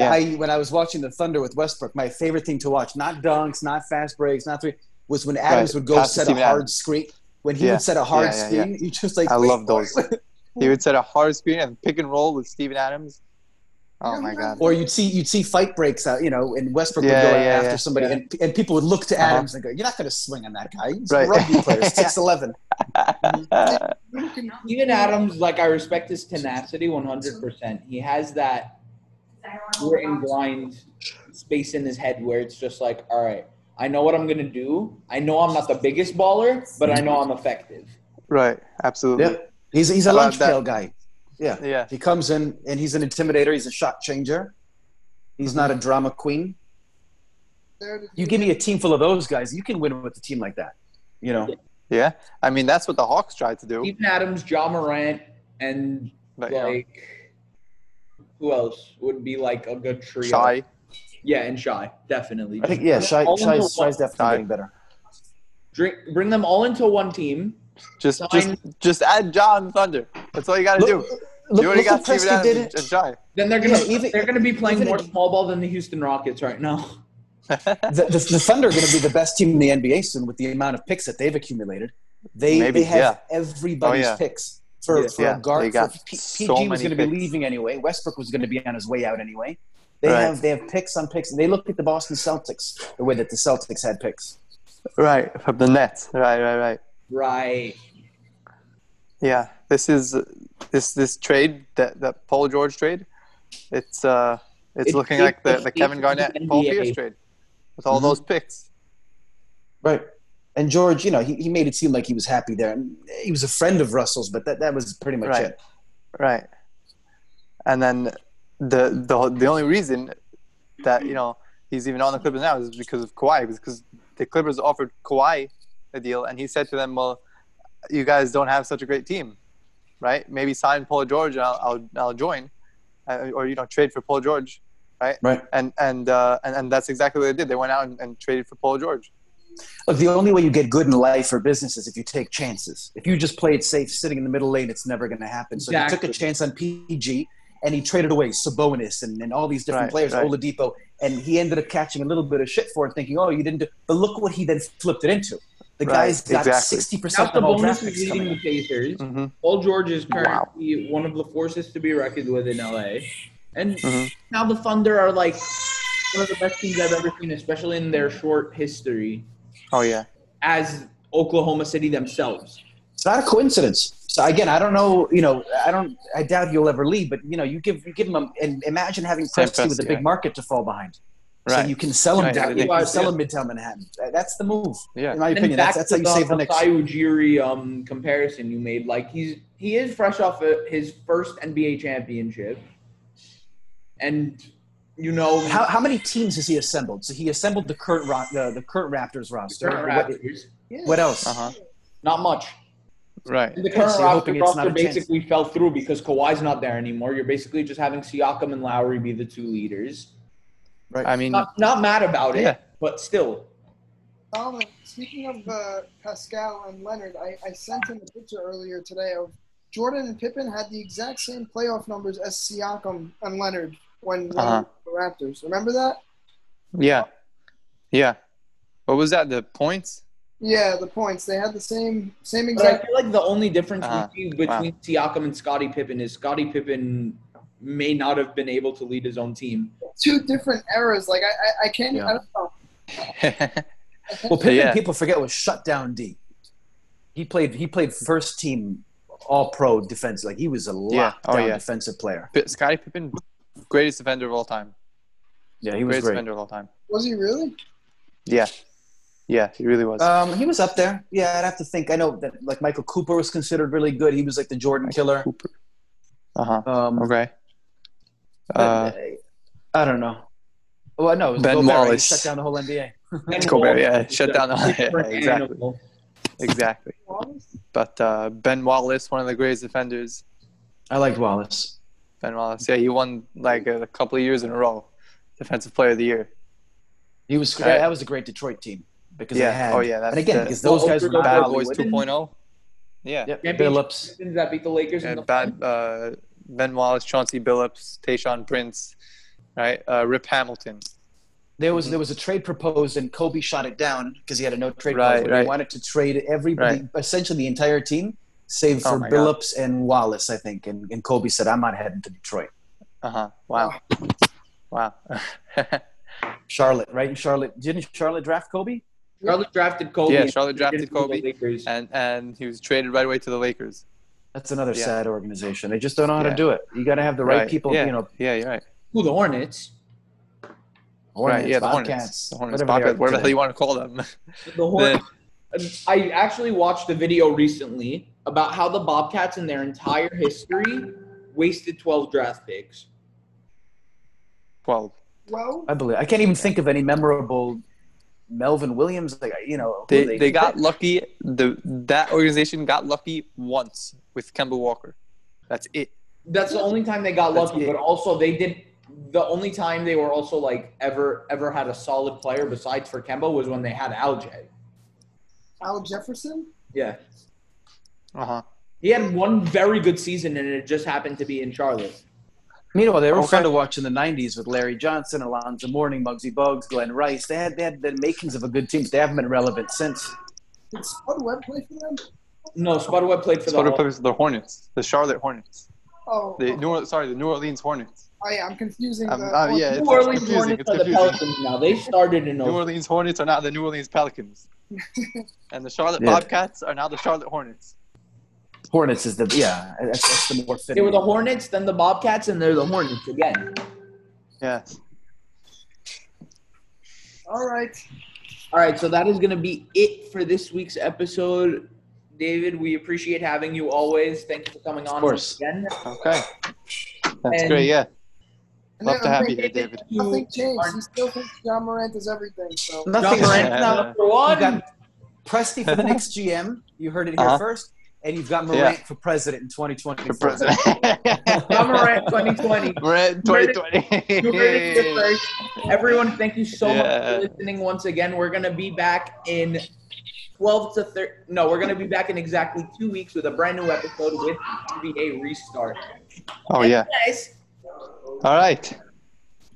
A: Yeah.
D: I, when I was watching the Thunder with Westbrook, my favorite thing to watch, not dunks, not fast breaks, not three, was when Adams
A: Right.
D: would go
A: Pass to
D: set a
A: Steven
D: hard
A: Adams.
D: screen. When he
A: Yeah.
D: would set a hard
A: Yeah, yeah,
D: screen, you just like
A: I
D: wait
A: love
D: for
A: those.
D: it.
A: he would set a hard screen and pick and roll with Steven Adams. Oh my god.
D: Or you'd see you'd see fight breaks out, you know, and Westbrook
A: Yeah,
D: would go
A: yeah,
D: after
A: yeah.
D: somebody, and, and people would look to
A: Uh-huh.
D: Adams and go, "You're not going to swing on that guy. He's
A: Right.
D: a rugby player, six eleven.
A: Uh,
B: You can-
C: Even Adams, like I respect his tenacity 100%. He has that written blind space in his head where it's just like, all right, I know what I'm going to do. I know I'm not the biggest baller, but I know I'm effective.
A: Right. Absolutely.
D: Yep. He's he's a
A: How about
D: lunch
A: that?
D: pail guy. Yeah.
A: Yeah.
D: He comes in and he's an intimidator. He's a shot changer. He's not
A: Mm-hmm.
D: a drama queen.
B: there to
D: You
B: do
D: give me a team full of those guys, you can win with a team like that. You know,
A: Yeah. I mean, that's what the Hawks tried to do.
C: Even Adams, John Morant, and
A: But you know,
C: like, who else would be like a good trio?
A: shy.
C: Yeah, and Shy, definitely.
D: I think yeah, Shy
C: All
D: Shy's,
C: into one.
D: Shy's definitely
A: Shy.
D: getting better.
C: Drink, bring them all into one team.
A: Just
C: Sign-
A: just just add John Thunder. That's all you got to do.
D: Look, look,
A: you already
D: look
A: got
D: what
A: Steven
D: Presti did.
A: Adams
D: It.
A: and, and Shy.
C: Then they're gonna
D: Yeah, even-
C: they're gonna be playing
D: even
C: more
D: if-
C: small ball than the Houston Rockets right now.
D: The, the, the Thunder are going to be the best team in the NBA soon with the amount of picks that they've accumulated. They
A: Maybe,
D: they have everybody's
A: Oh, yeah.
D: picks for,
C: Yeah.
D: for
A: Yeah,
D: a
A: they
D: guard. For,
A: got
D: P,
A: so
D: PG was
A: many
D: going to be
A: picks.
D: leaving anyway. Westbrook was going to be on his way out anyway. They
A: Right.
D: have they have picks on picks. They look at the Boston Celtics the way that the Celtics had picks.
A: Right from the Nets. Right, right, right.
C: Right.
A: Yeah, this is this this trade that that Paul George trade. It's uh, it's
C: It-
A: looking
C: it-
A: like the,
C: it-
A: the Kevin
C: it-
A: Garnett
C: it-
A: Paul
C: NBA.
A: Pierce trade with all
D: Mhm.
A: those picks.
D: Right. And George, you know, he, he made it seem like he was happy there. And he was a friend of Russell's, but that, that was pretty much
A: Right.
D: it.
A: Right, and then the the the only reason that you know he's even on the Clippers now is because of Kawhi, because the Clippers offered Kawhi a deal, and he said to them, "Well, you guys don't have such a great team, right? Maybe sign Paul George, and I'll I'll, I'll join, uh, or you know trade for Paul George."
D: Right.
A: and and uh, and, and that's exactly what they did. They went out and, and traded for Paul George.
D: Look, the only way you get good in life or business is if you take chances. If you just play it safe, sitting in the middle lane, it's never going to happen. So he took
C: Exactly.
D: a chance on PG, and he traded away Sabonis and, and all these different
A: Right,
D: players,
A: right.
D: Oladipo, and he ended up catching a little bit of shit for it, thinking, "Oh, you didn't do." But look what he then flipped it into. The
A: Right,
D: guy's got
A: exactly.
D: sixty percent of all draft
C: Bonus is
D: picks
C: leading
D: coming.
C: the
D: up.
C: Pacers.
D: Mm-hmm.
A: Mhm.
C: Paul George is currently one of the forces to be reckoned with in LA. And
A: Mhm.
C: now the Thunder are like one of the best teams I've ever seen, especially in their short history
A: Oh yeah.
C: as Oklahoma City themselves.
D: It's not a coincidence. So again, I don't know. You know, I don't. I doubt he'll ever leave. But you know, you give you give him a, and imagine having
A: Sam
D: Presti with a
A: Presti,
D: big
A: yeah.
D: market to fall behind.
A: Right.
D: So you can sell him
A: Right,
D: down.
A: yeah,
D: You
C: yeah.
D: can sell him Midtown Manhattan. That- That's the move.
A: yeah.
D: In my opinion, that's, that's how you save the Knicks.
C: Masai Ujiri um, comparison you made. Like he's he is fresh off uh, his first NBA championship, and you know
D: How, how many teams has he assembled? So he assembled the current ro- the, the current Raptors roster.
C: current
D: What,
C: Raptors, yeah,
D: what else?
A: Uh huh.
C: not much.
A: Right.
C: And the current
D: so you're
C: roster,
D: hoping it's not
C: roster
D: a chance.
C: basically fell through because Kawhi's not there anymore. You're basically just having Siakam and Lowry be the two leaders.
A: I mean,
C: Not, not mad about it,
A: Yeah.
C: but still.
B: Solomon, speaking of uh, Pascal and Leonard, I, I sent him a picture earlier today of Jordan and Pippen had the exact same playoff numbers as Siakam and Leonard when
A: Uh-huh.
B: Leonard was the Raptors. Remember that?
A: yeah. Yeah. What was that? The points?
B: Yeah, the points. They had the same same
C: But I
B: exact.
C: feel like the only difference
A: Uh,
C: we see between Siakam and Scottie Pippen is Scottie Pippen may not have been able to lead his own team.
B: Two different eras. Like I I, I can't. I don't know. I can't-
D: Well, Pippen,
A: Yeah.
D: people forget was shutdown D. He played. He played first team All Pro defense. Like he was a
A: Yeah.
D: lockdown
A: Oh, yeah.
D: defensive player.
A: P- Scottie Pippen, greatest defender of all time.
D: Yeah, he was
A: Greatest
D: great.
A: defender of all time.
B: was he really?
A: Yeah. Yeah, he really was.
D: Um, he was up there. Yeah, I'd have to think. I know that like Michael Cooper was considered really good. He was like the Jordan killer.
A: Cooper. Uh huh.
D: Um,
A: Okay.
D: but,
A: Uh,
D: I don't know. Well, no, it was
A: Ben
D: Gobert. He
A: Wallace.
D: shut down the whole NBA.
C: And
A: Gobert,
C: Wall-
A: yeah, shut down the-
C: Different
A: yeah, exactly.
C: animal.
A: exactly. But uh, Ben Wallace, one of the greatest defenders.
D: I liked Wallace.
A: Ben Wallace. Yeah, he won like a couple of years in a row, Defensive Player of the Year.
D: He was.
A: Right.
D: That was a great Detroit team because
A: Yeah.
D: they had.
A: Oh, yeah, that's
D: and again,
A: the-
D: because those
C: Well,
D: guys were
C: Oakland
D: not
A: Bad
C: Bobby
A: Boys
C: Wooden?
A: 2.0. Yeah.
D: Yep.
C: Championship
D: Billups.
C: Pistons that beat the Lakers in the
A: And bad, uh, Ben Wallace, Chauncey Billups, Tayshawn Prince, right? Uh, Rip Hamilton.
D: There
A: Mm-hmm.
D: was there was a trade proposed and Kobe shot it down because he had a no trade
A: Right,
D: clause. where
A: right.
D: They wanted to trade everybody,
A: Right.
D: essentially the entire team, save
A: Oh
D: for
A: my God.
D: Billups and Wallace, I think. And, and Kobe said, "I'm not heading to Detroit,
A: Uh huh. Wow. Wow.
D: Charlotte, right? And Charlotte didn't Charlotte draft Kobe?
C: Charlotte drafted Kobe.
A: Yeah,
C: and
A: Charlotte
C: they did
A: drafted
C: it to the
A: Kobe.
C: Lakers.
A: and and he was traded right away to the Lakers.
D: That's another
A: Yeah.
D: sad organization. They just don't know how
A: Yeah.
D: to do it. You got to have the right, people,
A: Yeah.
D: you know,
A: Yeah, you're right.
C: Who the Hornets?
D: Hornets,
A: right. Yeah, the Hornets.
D: Bobcats,
A: The Hornets.
D: whatever they are
A: Bobcats, whatever the
D: today.
A: hell you want to call them.
C: The Hornets. I actually watched a video recently about how the Bobcats in their entire history wasted 12 draft picks.
A: Twelve.
B: Well,
D: I believe I can't even think of any memorable Melvin Williams. Like you know, who
A: They, they got lucky. The that organization got lucky once with Kemba Walker. That's it.
C: That's the only time they got
A: That's
C: lucky,
A: it.
C: but also they did the only time they were also like ever ever had a solid player besides for Kemba was when they had Alj.
B: Al Jefferson.
C: Yeah.
A: Uh
D: Uh-huh.
A: huh.
C: He had one very good season and it just happened to be in Charlotte.
D: Meanwhile, they were
A: Okay.
D: fun to watch in the '90s with Larry Johnson, Alonzo Mourning, Muggsy Bogues, Glenn Rice. They had they had the makings of a good team. But they haven't been relevant since.
B: Did Spud Webb play for them?
C: No, Spudweb played for
A: That's what
C: the
A: it was, the Orleans, the Charlotte Hornets,
B: Oh,
D: Uh-huh.
A: the New Orleans, sorry, the New Orleans Hornets.
B: oh, yeah, I'm confusing.
A: Um,
B: the,
A: uh, yeah,
C: New
A: it's
C: Orleans
A: confusing,
C: Hornets
A: it's
C: are the
A: confusing.
C: Pelicans now. They started in
A: New Orleans Hornets are now the New Orleans Pelicans, and the Charlotte
D: Yeah.
A: Bobcats are now the Charlotte Hornets.
D: Hornets is the yeah, that's, that's the more
C: They
D: fitting.
C: were the Hornets, then the Bobcats, and they're the Hornets again.
A: Yeah.
B: All right.
C: All right, so that is going to be it for this week's episode. David, we appreciate having you always. Thank you for coming on
D: course.
C: again.
A: Okay. That's
C: And-
A: great. Yeah.
B: And
A: Love
B: then
A: to
B: I'm
A: have you
B: thinking-
A: here, David.
B: Nothing changed. He still thinks John Morant is everything. So
D: nothing.
A: John
D: right
A: Morant.
D: now.
C: Number one.
D: You got Presti for the next GM. You heard it here
A: Uh-huh.
D: first. And you've got
A: Yeah.
D: Morant for president in 2020.
A: For president.
C: John Morant 2020.
A: We're at
C: You heard it-
A: 2020.
C: You heard it here first. Everyone, thank you so
A: Yeah.
C: much for listening once again. We're going to be back in 12 to 30. No, we're going to be back in exactly two weeks with a brand new episode with NBA Restart.
A: Oh yeah.
C: Guys,
A: All right.